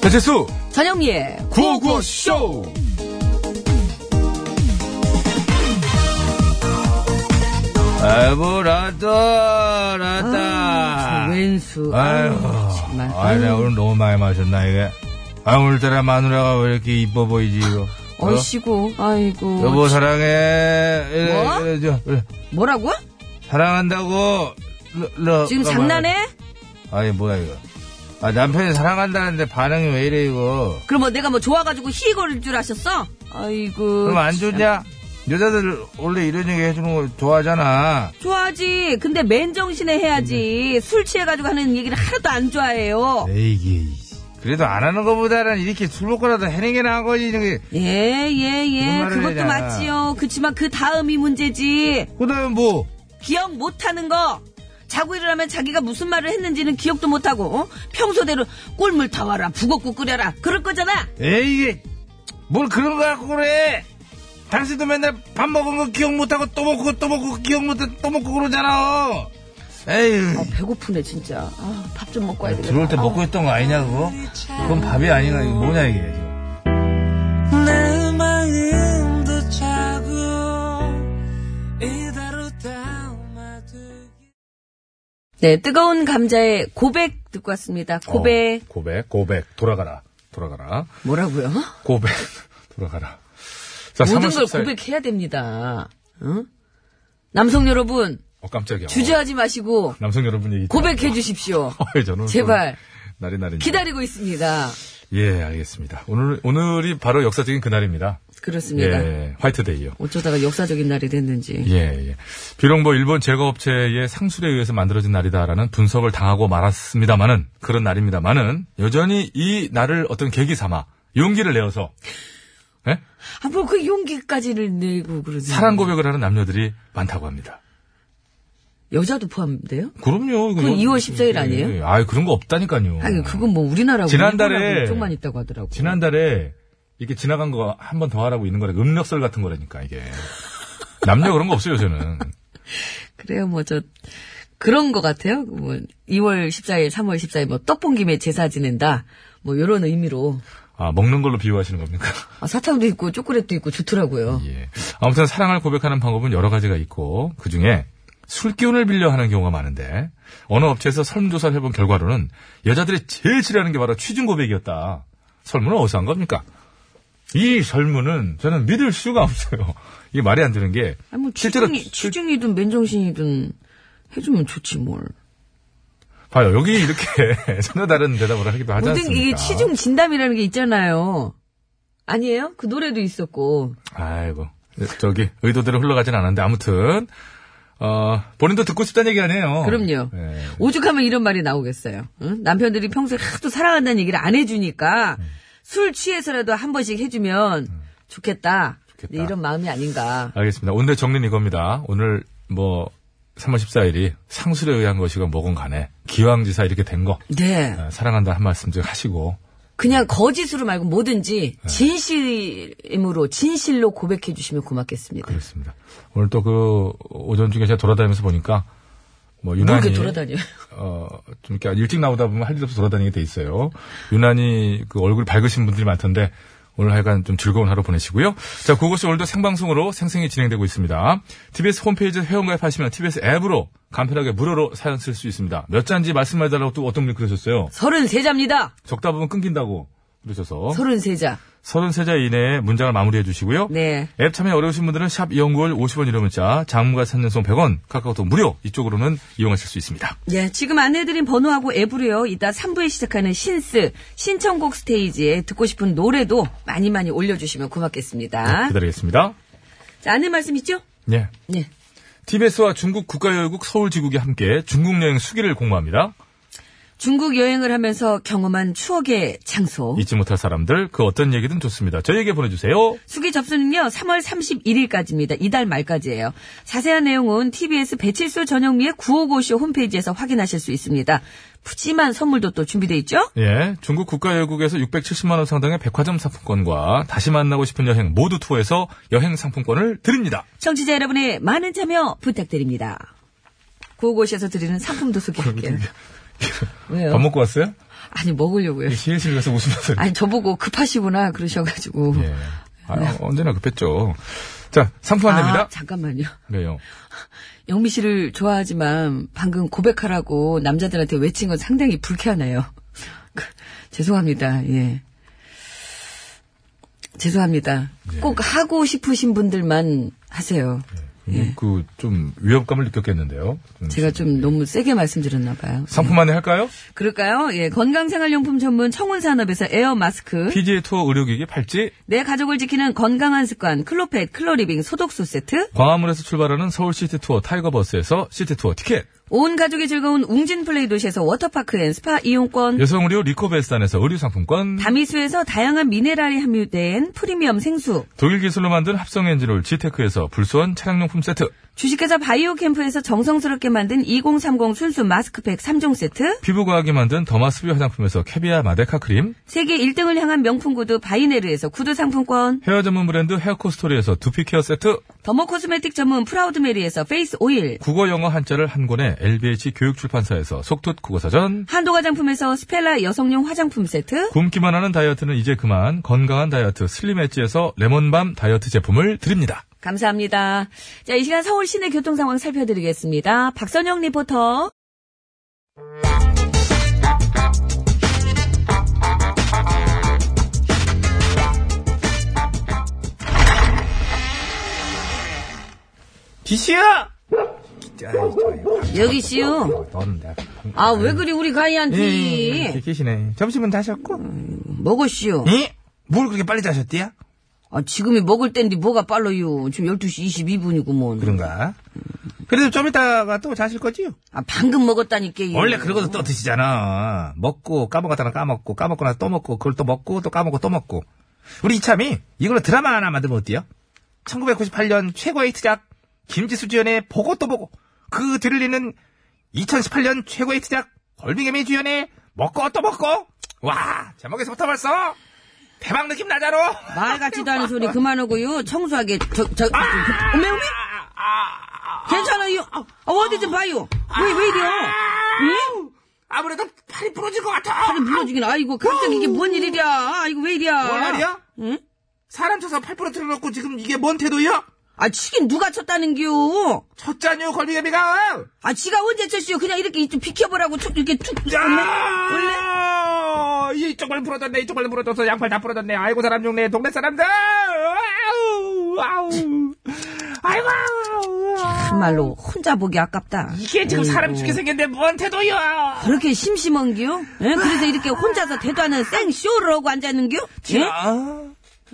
배재수 전영미의 구호구쇼 아이고 라다 라다 아, 저 왼수. 아유 아유, 정말. 아 내가 오늘 너무 많이 마셨나 이게 아 오늘따라 마누라가 왜 이렇게 이뻐 보이지 이거 어? 어이씨고 아이고 여보 사랑해 이래, 뭐? 이래, 저, 이래. 뭐라고? 사랑한다고 러, 러, 지금 가만. 장난해? 아니 뭐야 이거 아 남편이 사랑한다는데 반응이 왜 이래 이거 그럼 뭐 내가 뭐 좋아가지고 희거릴 줄 아셨어? 아이고 그럼 안 참. 좋냐? 여자들 원래 이런 얘기 해주는 거 좋아하잖아. 좋아하지 근데 맨정신에 음. 해야지 술 취해가지고 하는 얘기를 하나도 안 좋아해요 에이기. 그래도 안 하는 거보다는 이렇게 술 먹고라도 해는 게 나은 거지. 저기. 예 예예 네. 무슨 말을 그것도 해냐. 맞지요 그치만 그 다음이 문제지 그다음에 뭐? 기억 못하는 거 자고 일어나면 자기가 무슨 말을 했는지는 기억도 못하고 어? 평소대로 꿀물 타와라 북엇국 끓여라 그럴 거잖아 에이기. 뭘 그런 거 갖고 그래. 당신도 맨날 밥 먹은 거 기억 못하고 또 먹고 또 먹고 기억 못하고 또 먹고 그러잖아. 에휴. 아, 배고프네 진짜 아, 밥 좀 먹고 와야 되겠다 들어올 때 먹고 있던 거 아니냐 그거? 그건 밥이 아니라 이거 뭐냐 이게 지금. 내 마음도 차고 이대로 담아두기 네 뜨거운 감자의 고백 듣고 왔습니다 고백 어, 고백, 고백. 돌아가라. 돌아가라. 뭐라고요? 고백. 돌아가라. 자, 모든 3월 걸 14일. 고백해야 됩니다 응? 남성 여러분 어, 깜짝이야. 주저하지 마시고 남성 여러분 얘기. 고백해 주십시오 어, 저는 제발. 좀 날이 날이. 기다리고 있습니다 예, 알겠습니다. 오늘 오늘이 바로 역사적인 그날입니다. 그렇습니다 예, 화이트데이요. 어쩌다가 역사적인 날이 됐는지 예, 예. 비록 뭐 일본 제거업체의 상술에 의해서 만들어진 날이다라는 분석을 당하고 말았습니다만은 그런 날입니다만은 여전히 이 날을 어떤 계기 삼아 용기를 내어서 예? 아뭐 그 용기까지를 내고 그러지 사랑 고백을 하는 남녀들이 많다고 합니다. 여자도 포함돼요? 그럼요. 이거 그건 뭐- 2월 14일 예, 아니에요? 예. 아이 그런 거 없다니까요. 아니 그건 뭐 우리나라고 지난달에- 일본하고 이쪽만 있다고 하더라고 지난달에 이렇게 지나간 거 한 번 더 하라고 있는 거라 음력설 같은 거라니까 이게 남녀 그런 거 없어요 저는 그래요, 뭐, 저, 그런 것 같아요. 뭐, 2월 14일, 3월 14일, 뭐, 떡봉김에 제사 지낸다. 뭐, 요런 의미로. 아 먹는 걸로 비유하시는 겁니까? 아, 사탕도 있고, 초콜릿도 있고, 좋더라고요. 예 아무튼 사랑을 고백하는 방법은 여러 가지가 있고 그 중에 술 기운을 빌려 하는 경우가 많은데 어느 업체에서 설문조사를 해본 결과로는 여자들이 제일 싫어하는 게 바로 취중 고백이었다. 설문은 어디서 한 겁니까? 이 설문은 저는 믿을 수가 없어요. 이게 말이 안 되는 게 아, 뭐, 실제로 취중이, 취- 취중이든 맨정신이든 해주면 좋지, 뭘. 봐요 여기 이렇게 전혀 다른 대답을 하기도 하지 모든 않습니까? 이게 취중 진담이라는 게 있잖아요. 아니에요? 그 노래도 있었고. 아이고. 저기, 의도대로 흘러가진 않았는데, 아무튼, 어, 본인도 듣고 싶다는 얘기 아니에요. 그럼요. 예. 오죽하면 이런 말이 나오겠어요. 응? 남편들이 평소에 하도 사랑한다는 얘기를 안 해주니까 술 취해서라도 한 번씩 해주면 좋겠다. 좋겠다. 이런 마음이 아닌가. 알겠습니다. 오늘의 정리는 이겁니다. 오늘, 뭐, 3월 14일이 상술에 의한 것이건 뭐건 간에, 기왕지사 이렇게 된 거, 네. 예, 사랑한다 한 말씀 좀 하시고, 그냥 거짓으로 말고 뭐든지 진실임으로 진실로 고백해 주시면 고맙겠습니다. 그렇습니다. 오늘 또 그, 오전 중에 제가 돌아다니면서 보니까, 뭐, 뭘 유난히. 이렇게 돌아다녀요? 어, 좀 이렇게 일찍 나오다 보면 할 일 없이 돌아다니게 돼 있어요. 유난히 그 얼굴 밝으신 분들이 많던데 오늘 하여간 좀 즐거운 하루 보내시고요. 자, 그것이 오늘도 생방송으로 생생히 진행되고 있습니다. TBS 홈페이지 회원가입하시면 TBS 앱으로 간편하게 무료로 사연 쓸 수 있습니다. 몇 잔지 말씀해달라고 또 어떤 분이 그러셨어요. 33자입니다. 적다 보면 끊긴다고 어? 그러셔서 33자. 33자 이내에 문장을 마무리해 주시고요. 네. 앱 참여 어려우신 분들은 샵 연구월 50원 유료 문자, 장문과 산년송 100원, 카카오톡 무료 이쪽으로는 이용하실 수 있습니다. 예, 지금 안내해드린 번호하고 앱으로요, 이따 3부에 시작하는 신스, 신청곡 스테이지에 듣고 싶은 노래도 많이 많이 올려주시면 고맙겠습니다. 기다리겠습니다. 자, 안내 말씀 있죠? 예. 네. TBS와 중국 국가여행국 서울지국이 함께 중국 여행 수기를 공모합니다. 중국 여행을 하면서 경험한 추억의 장소. 잊지 못할 사람들, 그 어떤 얘기든 좋습니다. 저희에게 보내주세요. 수기 접수는요, 3월 31일까지입니다. 이달 말까지예요. 자세한 내용은 TBS 배칠수 전영미의 9555쇼 홈페이지에서 확인하실 수 있습니다. 푸짐한 선물도 또 준비되어 있죠? 예, 중국 국가여행국에서 670만원 상당의 백화점 상품권과 다시 만나고 싶은 여행 모두 투어에서 여행 상품권을 드립니다. 청취자 여러분의 많은 참여 부탁드립니다. 9555쇼에서 드리는 상품도 소개할게요. 왜요? 밥 먹고 왔어요? 아니, 먹으려고요. 시에실 가서 웃으면서. 아니, 저보고 급하시구나, 그러셔가지고. 예. 아, 언제나 급했죠. 자, 상품 안내입니다. 네. 아, 잠깐만요. 왜요? 영미 씨를 좋아하지만 방금 고백하라고 남자들한테 외친 건 상당히 불쾌하네요. 그, 죄송합니다. 예. 죄송합니다. 예. 꼭 하고 싶으신 분들만 하세요. 그 좀 위협감을 느꼈겠는데요. 좀 예. 제가 좀 너무 세게 말씀드렸나 봐요. 상품 안내 할까요? 그럴까요? 예, 건강생활용품 전문 청운산업에서 에어 마스크, PGA 투어 의료기기 팔찌, 내 가족을 지키는 건강한 습관 클로펫 클로리빙 소독수 세트, 광화문에서 출발하는 서울 시티 투어 타이거 버스에서 시티 투어 티켓, 온 가족이 즐거운 웅진 플레이 도시에서 워터파크 앤 스파 이용권, 여성 의료 리코베스탄에서 의류 상품권, 다미수에서 다양한 미네랄이 함유된 프리미엄 생수, 독일 기술로 만든 합성 엔진올 지테크에서 불수원 차량용품 세트, 주식회사 바이오캠프에서 정성스럽게 만든 2030 순수 마스크팩 3종 세트, 피부과학이 만든 더마스비 화장품에서 캐비아 마데카 크림, 세계 1등을 향한 명품 구두 바이네르에서 구두 상품권, 헤어 전문 브랜드 헤어코스토리에서 두피 케어 세트, 더모 코스메틱 전문 프라우드메리에서 페이스 오일, 국어 영어 한자를 한 권에 LBH 교육출판사에서 속뜻 국어사전, 한도 화장품에서 스펠라 여성용 화장품 세트, 굶기만 하는 다이어트는 이제 그만 건강한 다이어트 슬림 엣지에서 레몬밤 다이어트 제품을 드립니다. 감사합니다. 자, 이 시간 서울 시내 교통 상황 살펴드리겠습니다. 박선영 리포터. 기시야! 여기 씨요. 아, 왜 그리 우리 예, 예, 가이한테. 기시네. 점심은 다셨고? 먹어 씨요. 이? 뭘 그렇게 빨리 자셨디야? 아, 지금이 먹을 땐데 뭐가 빨라요. 지금 12시 22분이구먼. 그런가? 그래도 좀 이따가 또 자실 거지요? 아, 방금 먹었다니까요. 원래 그러고도 또 드시잖아. 먹고 까먹었다가 까먹고 까먹거나 또 먹고 그걸 또 먹고 또 까먹고 또 먹고. 우리 이참이 이걸로 드라마 하나 만들면 어때요? 1998년 최고의 히트작 김지수 주연의 보고 또 보고 그 뒤를 잇는 2018년 최고의 히트작 걸빙애미 주연의 먹고 또 먹고 와 제목에서부터 벌써 대박 느낌 나잖아. 말 같지도 않은 소리 그만하고요. 청소하게 저, 저, 아! 어메, 어메. 괜찮아요. 아, 어디 좀 봐요. 왜, 왜 이래요? 응? 아무래도 팔이 부러질 것 같아. 팔을 물어주긴, 아이고, 갑자기 이게 뭔 일이랴. 아이고, 왜 이랴. 뭔 말이야? 응? 사람 쳐서 팔 부러뜨려 놓고 지금 이게 뭔 태도야? 아, 치긴 누가 쳤다는겨. 쳤잖요 걸빙애미가. 아, 지가 언제 쳤어요. 그냥 이렇게 좀 비켜보라고 툭, 이렇게 툭. 원래? 원래? 이쪽 발은 부러졌네, 이쪽 발은 부러졌어, 양팔 다 부러졌네, 아이고, 사람 죽네, 동네 사람들! 아우, 아우, 아이고, 아우. 정말로 혼자 보기 아깝다. 이게 지금 사람 죽게 생겼는데 뭔 태도야! 그렇게 심심한겨? 예? 그래서 이렇게 혼자서 대도 않은 생쇼를 하고 앉았는겨? 예? 아,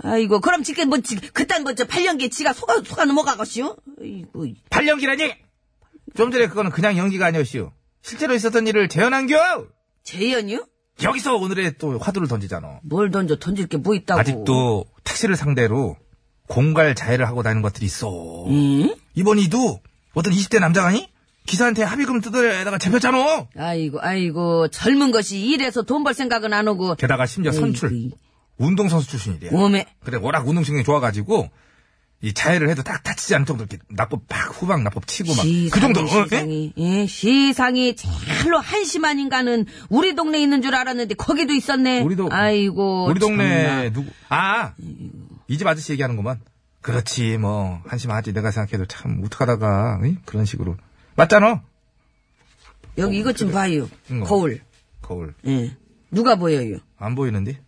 아이고, 그럼 지게 뭐, 지, 그딴 뭐, 저, 8년기 지가 속아, 속아 넘어가겠슈? 아이고, 발연기라니! 좀 전에 그거는 그냥 연기가 아니었슈. 실제로 있었던 일을 재현한겨! 재현이요? 여기서 오늘의 또 화두를 던지잖아. 뭘 던져, 던질 게 뭐 있다고. 아직도 택시를 상대로 공갈 자해를 하고 다니는 것들이 있어. 응? 이번 이도 어떤 20대 남자가니 기사한테 합의금 뜯어내다가 잡혔잖아. 아이고, 아이고, 젊은 것이 일해서 돈 벌 생각은 안 오고. 게다가 심지어 선출 에이, 어. 운동선수 출신이래. 몸에. 그래 워낙 운동신경이 좋아가지고 이 자해를 해도 딱 다치지 않을 정도로 이렇게 납법 팍 후방 납법 치고 막 시상이, 그 정도. 어, 예? 시상이, 예, 시상이 참로 한심한 인간은 우리 동네에 있는 줄 알았는데 거기도 있었네. 우리 동- 아이고. 참나. 우리 동네 누구? 아, 이 집 아저씨 얘기하는구만. 그렇지, 뭐, 한심하지. 내가 생각해도 참, 우특하다가, 응? 그런 식으로. 맞잖아? 여기 이것 어, 그, 좀 봐요. 응. 거울. 거울. 예. 누가 보여요? 안 보이는데?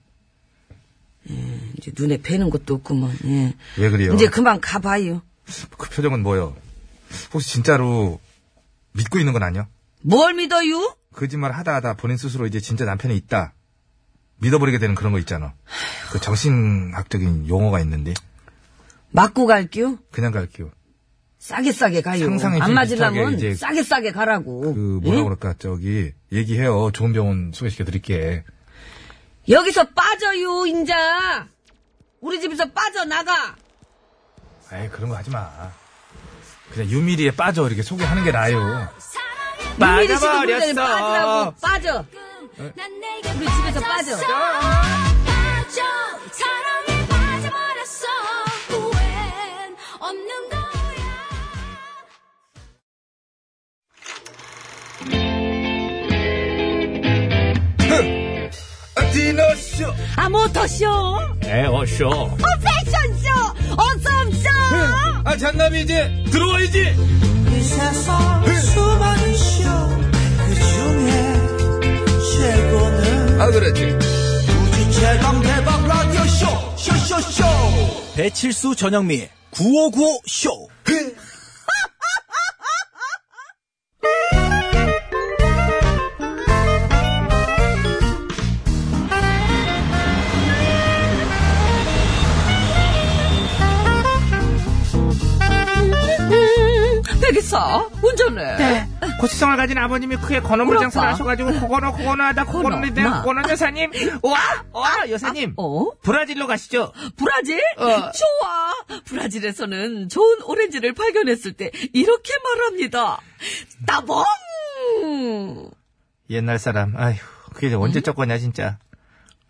이제 눈에 뵈는 것도 없구먼. 예. 왜 그래요? 이제 그만 가봐요. 그 표정은 뭐요? 혹시 진짜로 믿고 있는 건 아니야? 뭘 믿어요? 거짓말 하다 하다 본인 스스로 이제 진짜 남편이 있다. 믿어버리게 되는 그런 거 있잖아. 그 정신학적인 용어가 있는데. 맞고 갈게요. 그냥 갈게요. 싸게 싸게 가요. 상상의 안 길 맞으려면 비슷하게 이제 싸게 싸게 가라고. 그, 뭐라 예? 그럴까, 저기, 얘기해요. 좋은 병원 소개시켜 드릴게. 여기서 빠져요, 인자. 우리 집에서 빠져나가. 에이, 그런 거 하지 마. 그냥 유미리에 빠져. 이렇게 소개하는 게 나아요. 유미리 씨도 문제는 빠지라고 빠져. 난 내게 우리 집에서 빠져. 빠져 사랑에 빠져버렸어 후회는 없는 거야 디너쇼 아, 모터쇼! 어, 에어쇼 패션쇼! 어썸쇼! 아 잔남이 이제 들어와야지 이 세상 수많은 쇼그 중에 최고는 아 그렇지 우주 최강 대박 라디오 쇼 쇼쇼쇼 배칠수 전영미 9595 쇼. 되겠어. 운전해. 네. 고치성을 가진 아버님이 크게 건어물 우리 장사를 아빠. 하셔가지고 코코노 코코노하다 코코노 코너, 되는 마. 코코노 여사님 와와 여사님 어? 브라질로 가시죠 브라질? 어. 좋아. 브라질에서는 좋은 오렌지를 발견했을 때 이렇게 말합니다. 따봉! 어. 옛날 사람 아휴 그게 이제 언제 적 거냐 진짜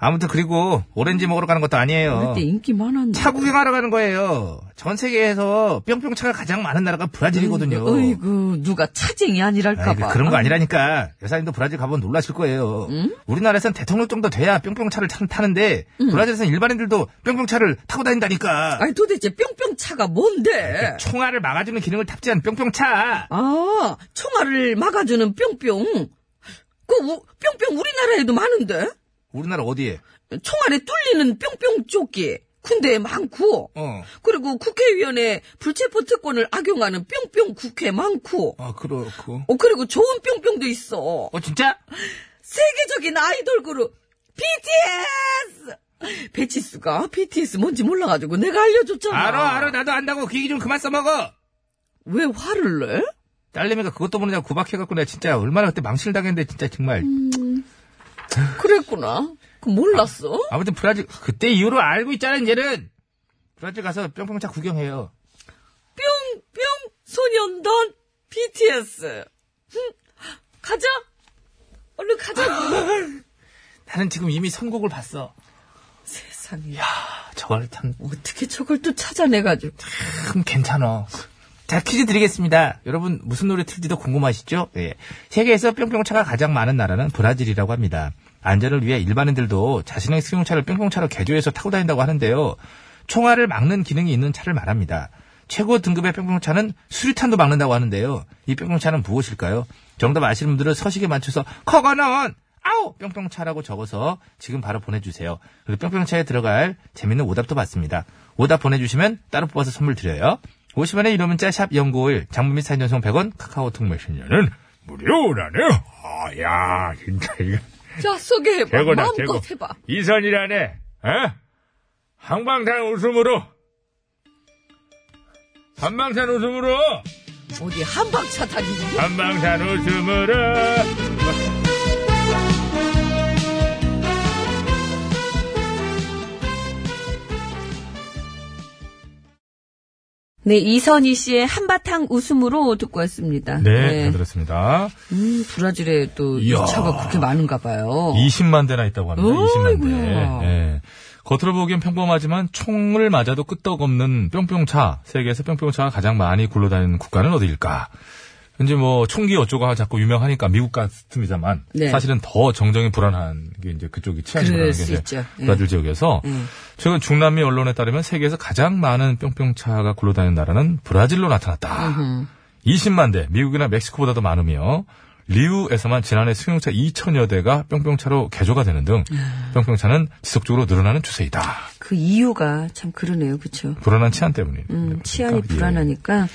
아무튼 그리고 오렌지 먹으러 가는 것도 아니에요 그때 인기 많았네. 차 구경하러 가는 거예요 전 세계에서 뿅뿅 차가 가장 많은 나라가 음, 브라질이거든요 어이구, 누가 차쟁이 아이, 아니랄까봐. 음? 그- 그런 거 아니라니까. 여사님도 브라질 가보면 놀라실 거예요. 우리나라에선 대통령 정도 돼야 뿅뿅차를 타- 타는데, 브라질에선 일반인들도 뿅뿅차를 타고 다닌다니까. 아니, 도대체 뿅뿅차가 예. 뭔데? 총알을 막아주는 기능을 탑재한 뿅뿅차. 아, 총알을 막아주는 뿅뿅. 그, 우- 뿅뿅 우리나라에도 많은데? 우리나라 어디에? 총알에 뚫리는 뿅뿅 조끼. 군대에 많고. 어. 그리고 국회의원의 불체포 특권을 악용하는 뿅뿅 국회 많고. 아, 그렇고. 어, 그리고 좋은 뿅뿅도 있어. 어, 진짜? 세계적인 아이돌 그룹, BTS! 배치수가 BTS 뭔지 몰라가지고 내가 알려줬잖아. 알아, 알아. 나도 안다고. 그 얘기 좀 그만 써먹어. 왜 화를 내? 딸내미가 그것도 모르냐고 구박해갖고 내가 진짜 얼마나 그때 망신을 당했는데, 진짜 정말. 그랬구나. 그 몰랐어? 아무튼 브라질, 그때 이후로 알고 있잖아, 이제는. 브라질 가서 뿅뿅차 구경해요. 뿅뿅 소년단 BTS. 흠, 가자. 얼른 가자. 나는 지금 이미 선곡을 봤어. 세상에. 아, 저걸 참. 어떻게 저걸 또 찾아내가지고. 참 괜찮아. 자, 퀴즈 드리겠습니다. 여러분, 무슨 노래 틀지도 궁금하시죠? 예. 세계에서 뿅뿅차가 가장 많은 나라는 브라질이라고 합니다. 안전을 위해 일반인들도 자신의 승용차를 뿅뿅차로 개조해서 타고 다닌다고 하는데요. 총알을 막는 기능이 있는 차를 말합니다. 최고 등급의 뿅뿅차는 수류탄도 막는다고 하는데요. 이 뿅뿅차는 무엇일까요? 정답 아시는 분들은 서식에 맞춰서 커거는 아우 뿅뿅차라고 적어서 지금 바로 보내주세요. 그리고 뿅뿅차에 들어갈 재밌는 오답도 받습니다. 오답 보내주시면 따로 뽑아서 선물 드려요. 50원의 이름 문자 샵 0951, 장문 및 사진 전송 100원, 카카오톡 메신저는 무료라네요. 아, 야, 진짜 이거 자, 소개해봐. 최고다, 마음껏 최고. 해봐. 이선이라네. 에? 항방탄 웃음으로. 한방탄 웃음으로. 어디 한방차 다니니? 한방탄 웃음으로. 네, 이선희 씨의 한바탕 웃음으로 듣고 왔습니다. 네, 잘 들었습니다. 음, 브라질에 또 이야. 이 차가 그렇게 많은가 봐요. 20만 대나 있다고 합니다. 20만 어이구야. 대. 예. 겉으로 보기엔 평범하지만 총을 맞아도 끄떡없는 뿅뿅차. 세계에서 뿅뿅차가 가장 많이 굴러다니는 국가는 어디일까? 이제 뭐 총기 어쩌고 하 자꾸 유명하니까 미국 같습니다만 네. 사실은 더 정정이 불안한 게 이제 그쪽이 그럴 치안이라는 게 네, 수 이제 있죠. 예. 브라질 지역에서 음. 최근 중남미 언론에 따르면 세계에서 가장 많은 뿅뿅차가 굴러다니는 나라는 브라질로 나타났다. 20만 대, 미국이나 멕시코보다도 많으며 리우에서만 지난해 승용차 2천여 대가 뿅뿅차로 개조가 되는 등 네. 뿅뿅차는 지속적으로 늘어나는 추세이다. 그 이유가 참 그러네요, 그렇죠? 불안한 치안 때문이에요. 음, 치안이 예. 불안하니까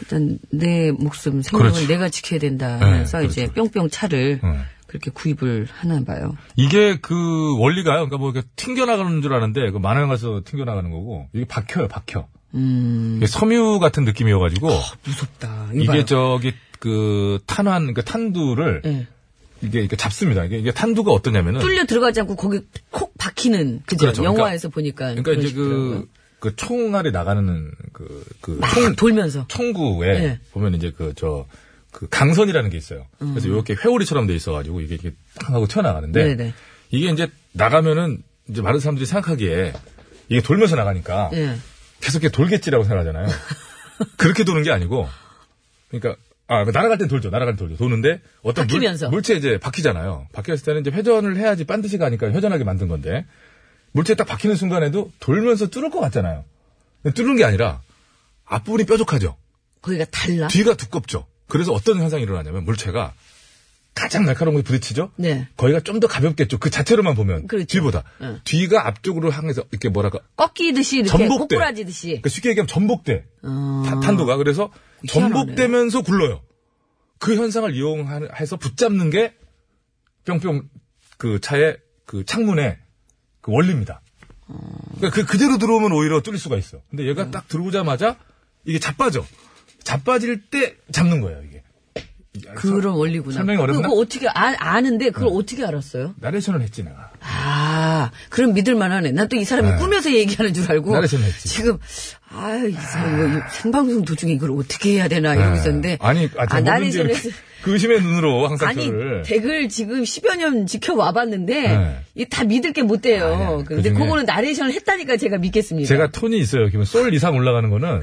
일단 내 목숨 생명을 그렇죠. 내가 지켜야 된다 네, 해서 이제 뿅뿅 차를 음. 그렇게 구입을 하나 봐요. 이게 그 원리가요. 그러니까 뭐 이렇게 튕겨나가는 줄 아는데 그 만화영 가서 튕겨나가는 거고 이게 박혀요, 박혀. 음, 아, 이게 섬유 같은 느낌이어가지고 무섭다. 이게 이게 저 저기 그 탄환 그러니까 탄두를 네. 이게 이렇게 잡습니다. 이게, 이게 탄두가 어떠냐면은 뚫려 들어가지 않고 거기 콕 박히는 그죠? 그렇죠. 그러니까- 영화에서 보니까 그러니까 그런 이제 그, 식이더라고요. 그 총알이 나가는 그, 그, 막 총, 돌면서 총구에 네. 보면 이제 그, 저, 그 강선이라는 게 있어요. 그래서 이렇게 회오리처럼 돼 있어가지고 이게 이렇게 딱 하고 튀어나가는데 음. 네네. 이게 이제 나가면은 이제 많은 사람들이 생각하기에 이게 돌면서 나가니까 예. 계속 이렇게 돌겠지라고 생각하잖아요. 그렇게 도는 게 아니고 그러니까 아, 그 날아갈 땐 돌죠. 날아갈 땐 돌죠. 도는데 어떤 물- 바뀌면서. 물체 이제 바뀌잖아요. 바뀌었을 때는 이제 회전을 해야지 반드시 가니까 회전하게 만든 건데 물체 딱 박히는 순간에도 돌면서 뚫을 것 같잖아요. 근데 뚫는 게 아니라 앞부분이 뾰족하죠. 거기가 달라? 뒤가 두껍죠. 그래서 어떤 현상이 일어나냐면 물체가 가장 날카로운 곳에 부딪히죠. 네. 거기가 좀 더 가볍겠죠. 그 자체로만 보면 그렇죠. 뒤보다 응. 뒤가 앞쪽으로 향해서 이렇게 뭐랄까 꺾이듯이 이렇게 전복대. 꼬꾸라지듯이. 그러니까 쉽게 얘기하면 전복대. 어. 타- 탄도가 그래서 희한하네. 전복되면서 굴러요. 그 현상을 이용해서 붙잡는 게 뿅뿅 그 차의 그 창문의 그 원리입니다. 그러니까 그 그대로 들어오면 오히려 뚫릴 수가 있어. 근데 얘가 음. 딱 들어오자마자 이게 자빠져. 자빠질 때 잡는 거예요 이게. 그런 원리구나. 설명이 어렵나? 네. 그거 어떻게 아, 아는데 그걸 어떻게 알았어요? 나레이션을 했지 내가. 아, 그럼 믿을만하네. 난 또 이 사람이 네. 꾸며서 얘기하는 줄 알고 나를 좀 했지. 지금 아유 이 사람 뭐 이거, 이거 생방송 도중에 이걸 어떻게 해야 되나 이러고 네. 있었는데 아니 아, 제가 나를 뭐든지 좀 이렇게 해서- 그 의심의 눈으로 항상 아니 저를 댁을 지금 10여 년 지켜와봤는데 네. 이게 다 믿을 게 못 돼요. 아니, 아니, 근데 그중에- 그거는 나레이션을 했다니까 제가 믿겠습니다. 제가 톤이 있어요. 기분 솔 이상 올라가는 거는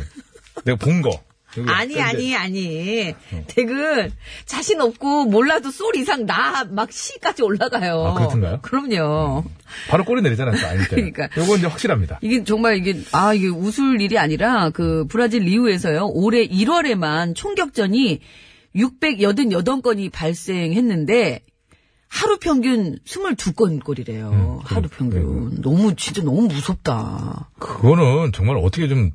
내가 본 거. 어. 그리고 아니 이제 아니 아니 댁은 자신 없고 몰라도 솔 이상 나 막 시까지 올라가요. 아, 그렇던가요? 음. 그럼요. 바로 꼬리 내리잖아요. 또 아닐 때. 그러니까. 요건 이제 확실합니다. 이게 정말 이게 아 이게 웃을 일이 아니라 그 브라질 리우에서요 올해 1월에만 총격전이 688건이 발생했는데 하루 평균 22건 음, 꼴이래요. 하루 네, 평균 너무 진짜 너무 무섭다. 그거는 정말 어떻게 좀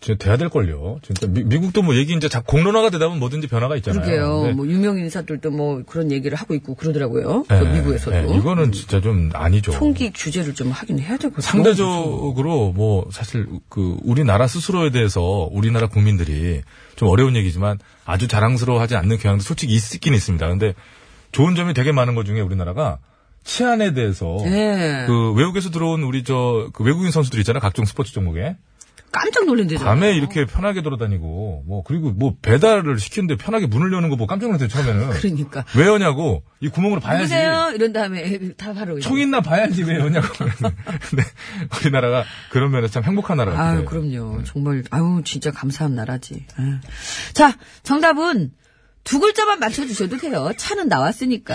진짜 돼야 될 걸요. 진짜 미, 국도뭐 얘기 이제 자- 공론화가 되다면 뭐든지 변화가 있잖아요. 네. 그러게요. 근데- 뭐 유명 인사들도 뭐 그런 얘기를 하고 있고 그러더라고요. 예, 그 미국에서도 예, 이거는 진짜 좀 아니죠. 총기 규제를 좀 하긴 해야 되고 상대적으로 뭐 사실 그 우리나라 스스로에 대해서 우리나라 국민들이 좀 어려운 얘기지만 아주 자랑스러워하지 않는 경향도 솔직히 있긴 있습니다. 근데 좋은 점이 되게 많은 것 중에 우리나라가 치안에 대해서 예. 그 외국에서 들어온 우리 저그 외국인 선수들 있잖아요. 각종 스포츠 종목에 깜짝 놀란대잖아요. 밤에 이렇게 편하게 돌아다니고 뭐 그리고 뭐 배달을 시키는데 편하게 문을 여는 거 보고 깜짝 놀랐어요 처음에는 그러니까 왜 여냐고 이 구멍으로 봐야지 보세요 이런 다음에 다 바로 총 있나 봐야지 왜 여냐고 근데 우리나라가 그런 면에서 참 행복한 나라 같아요 네. 아유, 그럼요. 정말, 아유, 진짜 감사한 나라지. 예. 자, 정답은 두 글자만 맞춰주셔도 돼요. 차는 나왔으니까.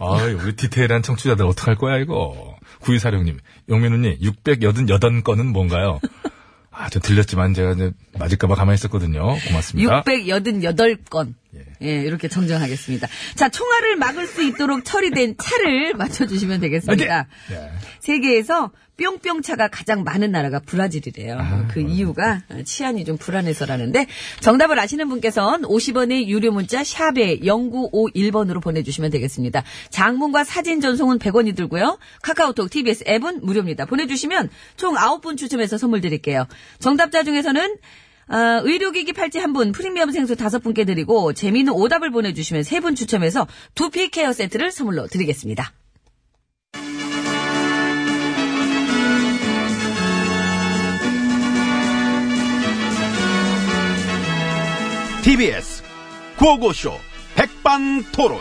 아유 우리 디테일한 청취자들 어떡할 거야 이거 구이사령님 용민우님 688건은 뭔가요 아 저 들렸지만 제가 이제 맞을까봐 가만히 있었거든요 고맙습니다 688건. 예, 이렇게 정정하겠습니다. 자, 총알을 막을 수 있도록 처리된 차를 맞춰주시면 되겠습니다. 네. 세계에서 뿅뿅차가 가장 많은 나라가 브라질이래요. 그 이유가 치안이 좀 불안해서라는데 정답을 아시는 분께서는 50원의 유료 문자 샵에 0951번으로 보내주시면 되겠습니다. 장문과 사진 전송은 100원이 들고요. 카카오톡, TBS 앱은 무료입니다. 보내주시면 총 9분 추첨해서 선물 드릴게요. 정답자 중에서는 아, 의료기기 팔찌 한 분, 프리미엄 생수 다섯 분께 드리고 재미있는 오답을 보내주시면 세 분 추첨해서 두피 케어 세트를 선물로 드리겠습니다. TBS 구호고쇼 백반토론.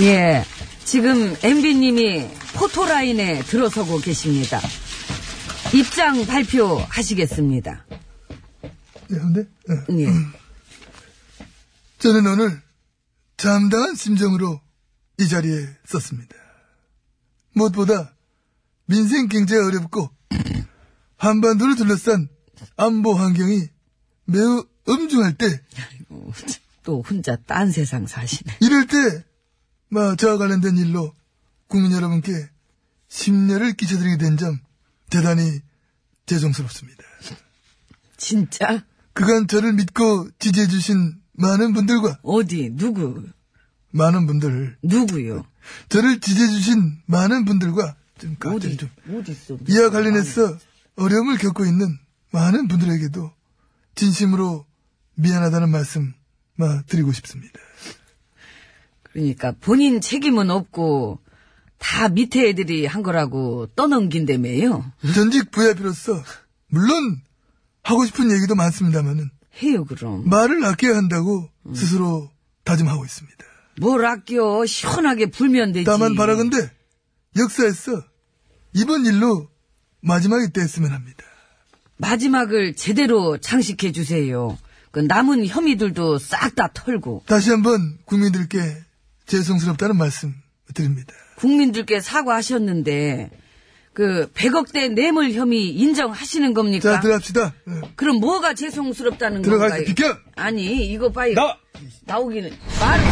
예. 지금 MB님이 포토라인에 들어서고 계십니다. 입장 발표하시겠습니다. 네, 근데 어, 예. 저는 오늘 잠당한 심정으로 이 자리에 섰습니다. 무엇보다 민생 경제가 어렵고 한반도를 둘러싼 안보 환경이 매우 엄중할 때 또 혼자 딴 세상 사시네. 이럴 때, 막, 저와 관련된 일로, 국민 여러분께 심려를 끼쳐드리게 된 점, 대단히 죄송스럽습니다. 진짜? 그간 저를 믿고 지지해주신 많은 분들과, 어디? 누구? 많은 분들, 누구요? 저를 지지해주신 많은 분들과, 좀, 까지 어디? 좀. 어디 있어? 이와 관련해서 어려움을 겪고 있는 많은 분들에게도, 진심으로 미안하다는 말씀, 막, 드리고 싶습니다. 그러니까 본인 책임은 없고 다 밑에 애들이 한 거라고 떠넘긴다며요. 전직 VIP로서, 물론, 하고 싶은 얘기도 많습니다만은, 해요 그럼. 말을 아껴야 한다고 스스로 다짐하고 있습니다. 뭘 아껴 시원하게 불면 되지. 다만 바라건대 역사에서 이번 일로 마지막이 됐으면 합니다. 마지막을 제대로 장식해 주세요. 그 남은 혐의들도 싹 다 털고 다시 한번 국민들께 죄송스럽다는 말씀 드립니다. 국민들께 사과하셨는데 그 100억대 뇌물 혐의 인정하시는 겁니까? 자, 들어갑시다. 예. 그럼 뭐가 죄송스럽다는 들어가, 건가요? 비켜! 아니 이거 봐요. 나와! 나오기는 말을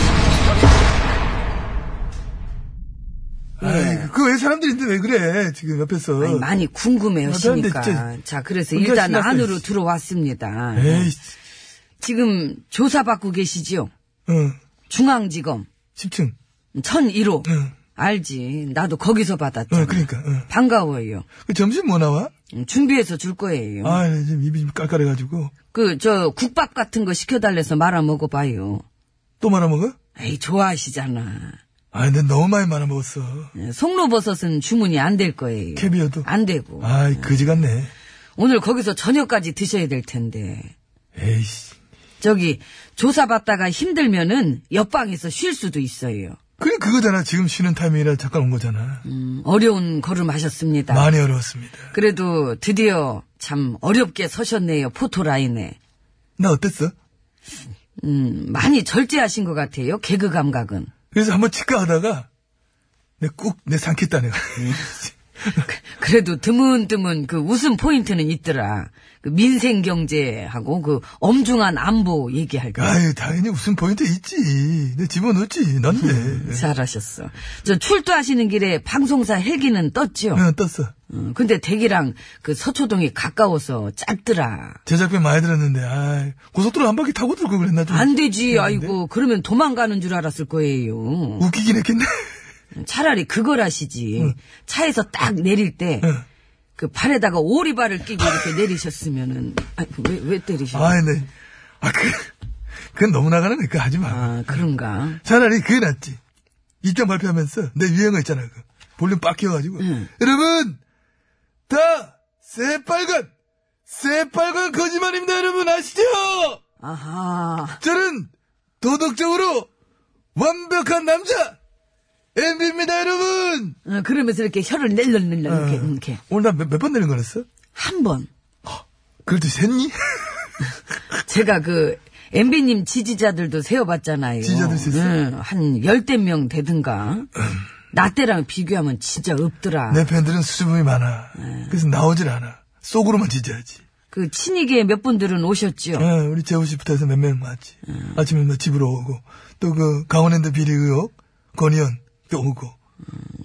아이, 그거 왜 사람들이 있는데 왜 그래, 지금 옆에서. 아니, 많이 궁금해요 아, 시 사람들 니까 진짜 자 그래서 혼자 일단 신났어요, 안으로 진짜. 들어왔습니다. 에이, 지금 조사받고 계시지요? 응, 중앙지검 10층. 1001호 응, 알지 나도 거기서 받았잖아. 응, 네. 그러니까. 응. 반가워요. 그 점심 뭐 나와? 음, 준비해서 줄 거예요. 아, 지금 입이 좀 깔깔해가지고. 그, 저, 국밥 같은 거 시켜달래서 말아 먹어봐요. 또 말아먹어? 에이, 좋아하시잖아. 아, 근데 너무 많이 말아먹었어. 예, 송로버섯은 주문이 안 될 거예요. 캐비어도? 안 되고. 아이, 거지 같네. 오늘 거기서 저녁까지 드셔야 될 텐데. 에이씨. 저기, 조사받다가 힘들면은 옆방에서 쉴 수도 있어요. 그래, 그거잖아. 지금 쉬는 타이밍이라 잠깐 온 거잖아. 음, 어려운 걸음 하셨습니다. 많이 어려웠습니다. 그래도 드디어 참 어렵게 서셨네요, 포토라인에. 나 어땠어? 음, 많이 절제하신 것 같아요, 개그 감각은. 그래서 한번 치과 하다가, 내 꾹, 내 삼켰다, 내가. 음. 그래도 드문드문 그 웃음 포인트는 있더라. 그 민생 경제하고 그 엄중한 안보 얘기할 때. 아유, 당연히 웃음 포인트 있지. 내 집어넣었지. 음. 난데. 잘하셨어. 저 출두하시는 길에 방송사 헬기는 떴죠. 응, 떴어. 음, 근데 대기랑 그 서초동이 가까워서 짧더라. 제작비 많이 들었는데, 아 고속도로 한 바퀴 타고 들고 그랬나 좀. 안 되지, 안 돼? 아이고. 그러면 도망가는 줄 알았을 거예요. 웃기긴 했겠네. 차라리 그걸 하시지. 어. 차에서 딱 내릴 때. 네. 그 팔에다가 오리발을 끼고 이렇게 내리셨으면은 아이고, 왜, 왜 때리셨어? 아, 근데, 아, 그, 그건 너무 나가는 거니까 하지 마. 아, 그런가. 차라리 그게 낫지. 입장 발표하면서 내 유행어 있잖아, 그. 볼륨 빡 키워가지고. 여러분! 다! 새빨간! 새빨간 거짓말입니다, 여러분! 아시죠? 아하. 저는 도덕적으로 완벽한 남자! MB입니다, 여러분! 어, 그러면서 이렇게 혀를 낼렁낼렁 이렇게, 어. 이렇게. 오늘 나 몇 번 내는 거랬어? 한 번. 그래도 샜니? 제가 그, MB님 지지자들도 세어봤잖아요. 지지자들 셌어요? 음. 응, 한 열댓 명 되든가. 나 때랑 비교하면 진짜 없더라. 내 팬들은 수줍음이 많아. 그래서 나오질 않아. 속으로만 지지하지. 그, 친이계 몇 분들은 오셨죠? 예, 우리 재호 씨부터 해서 몇 명 왔지. 음. 아침에 나 집으로 오고, 또 그 강원랜드 비리 의혹, 건의원 또 오고.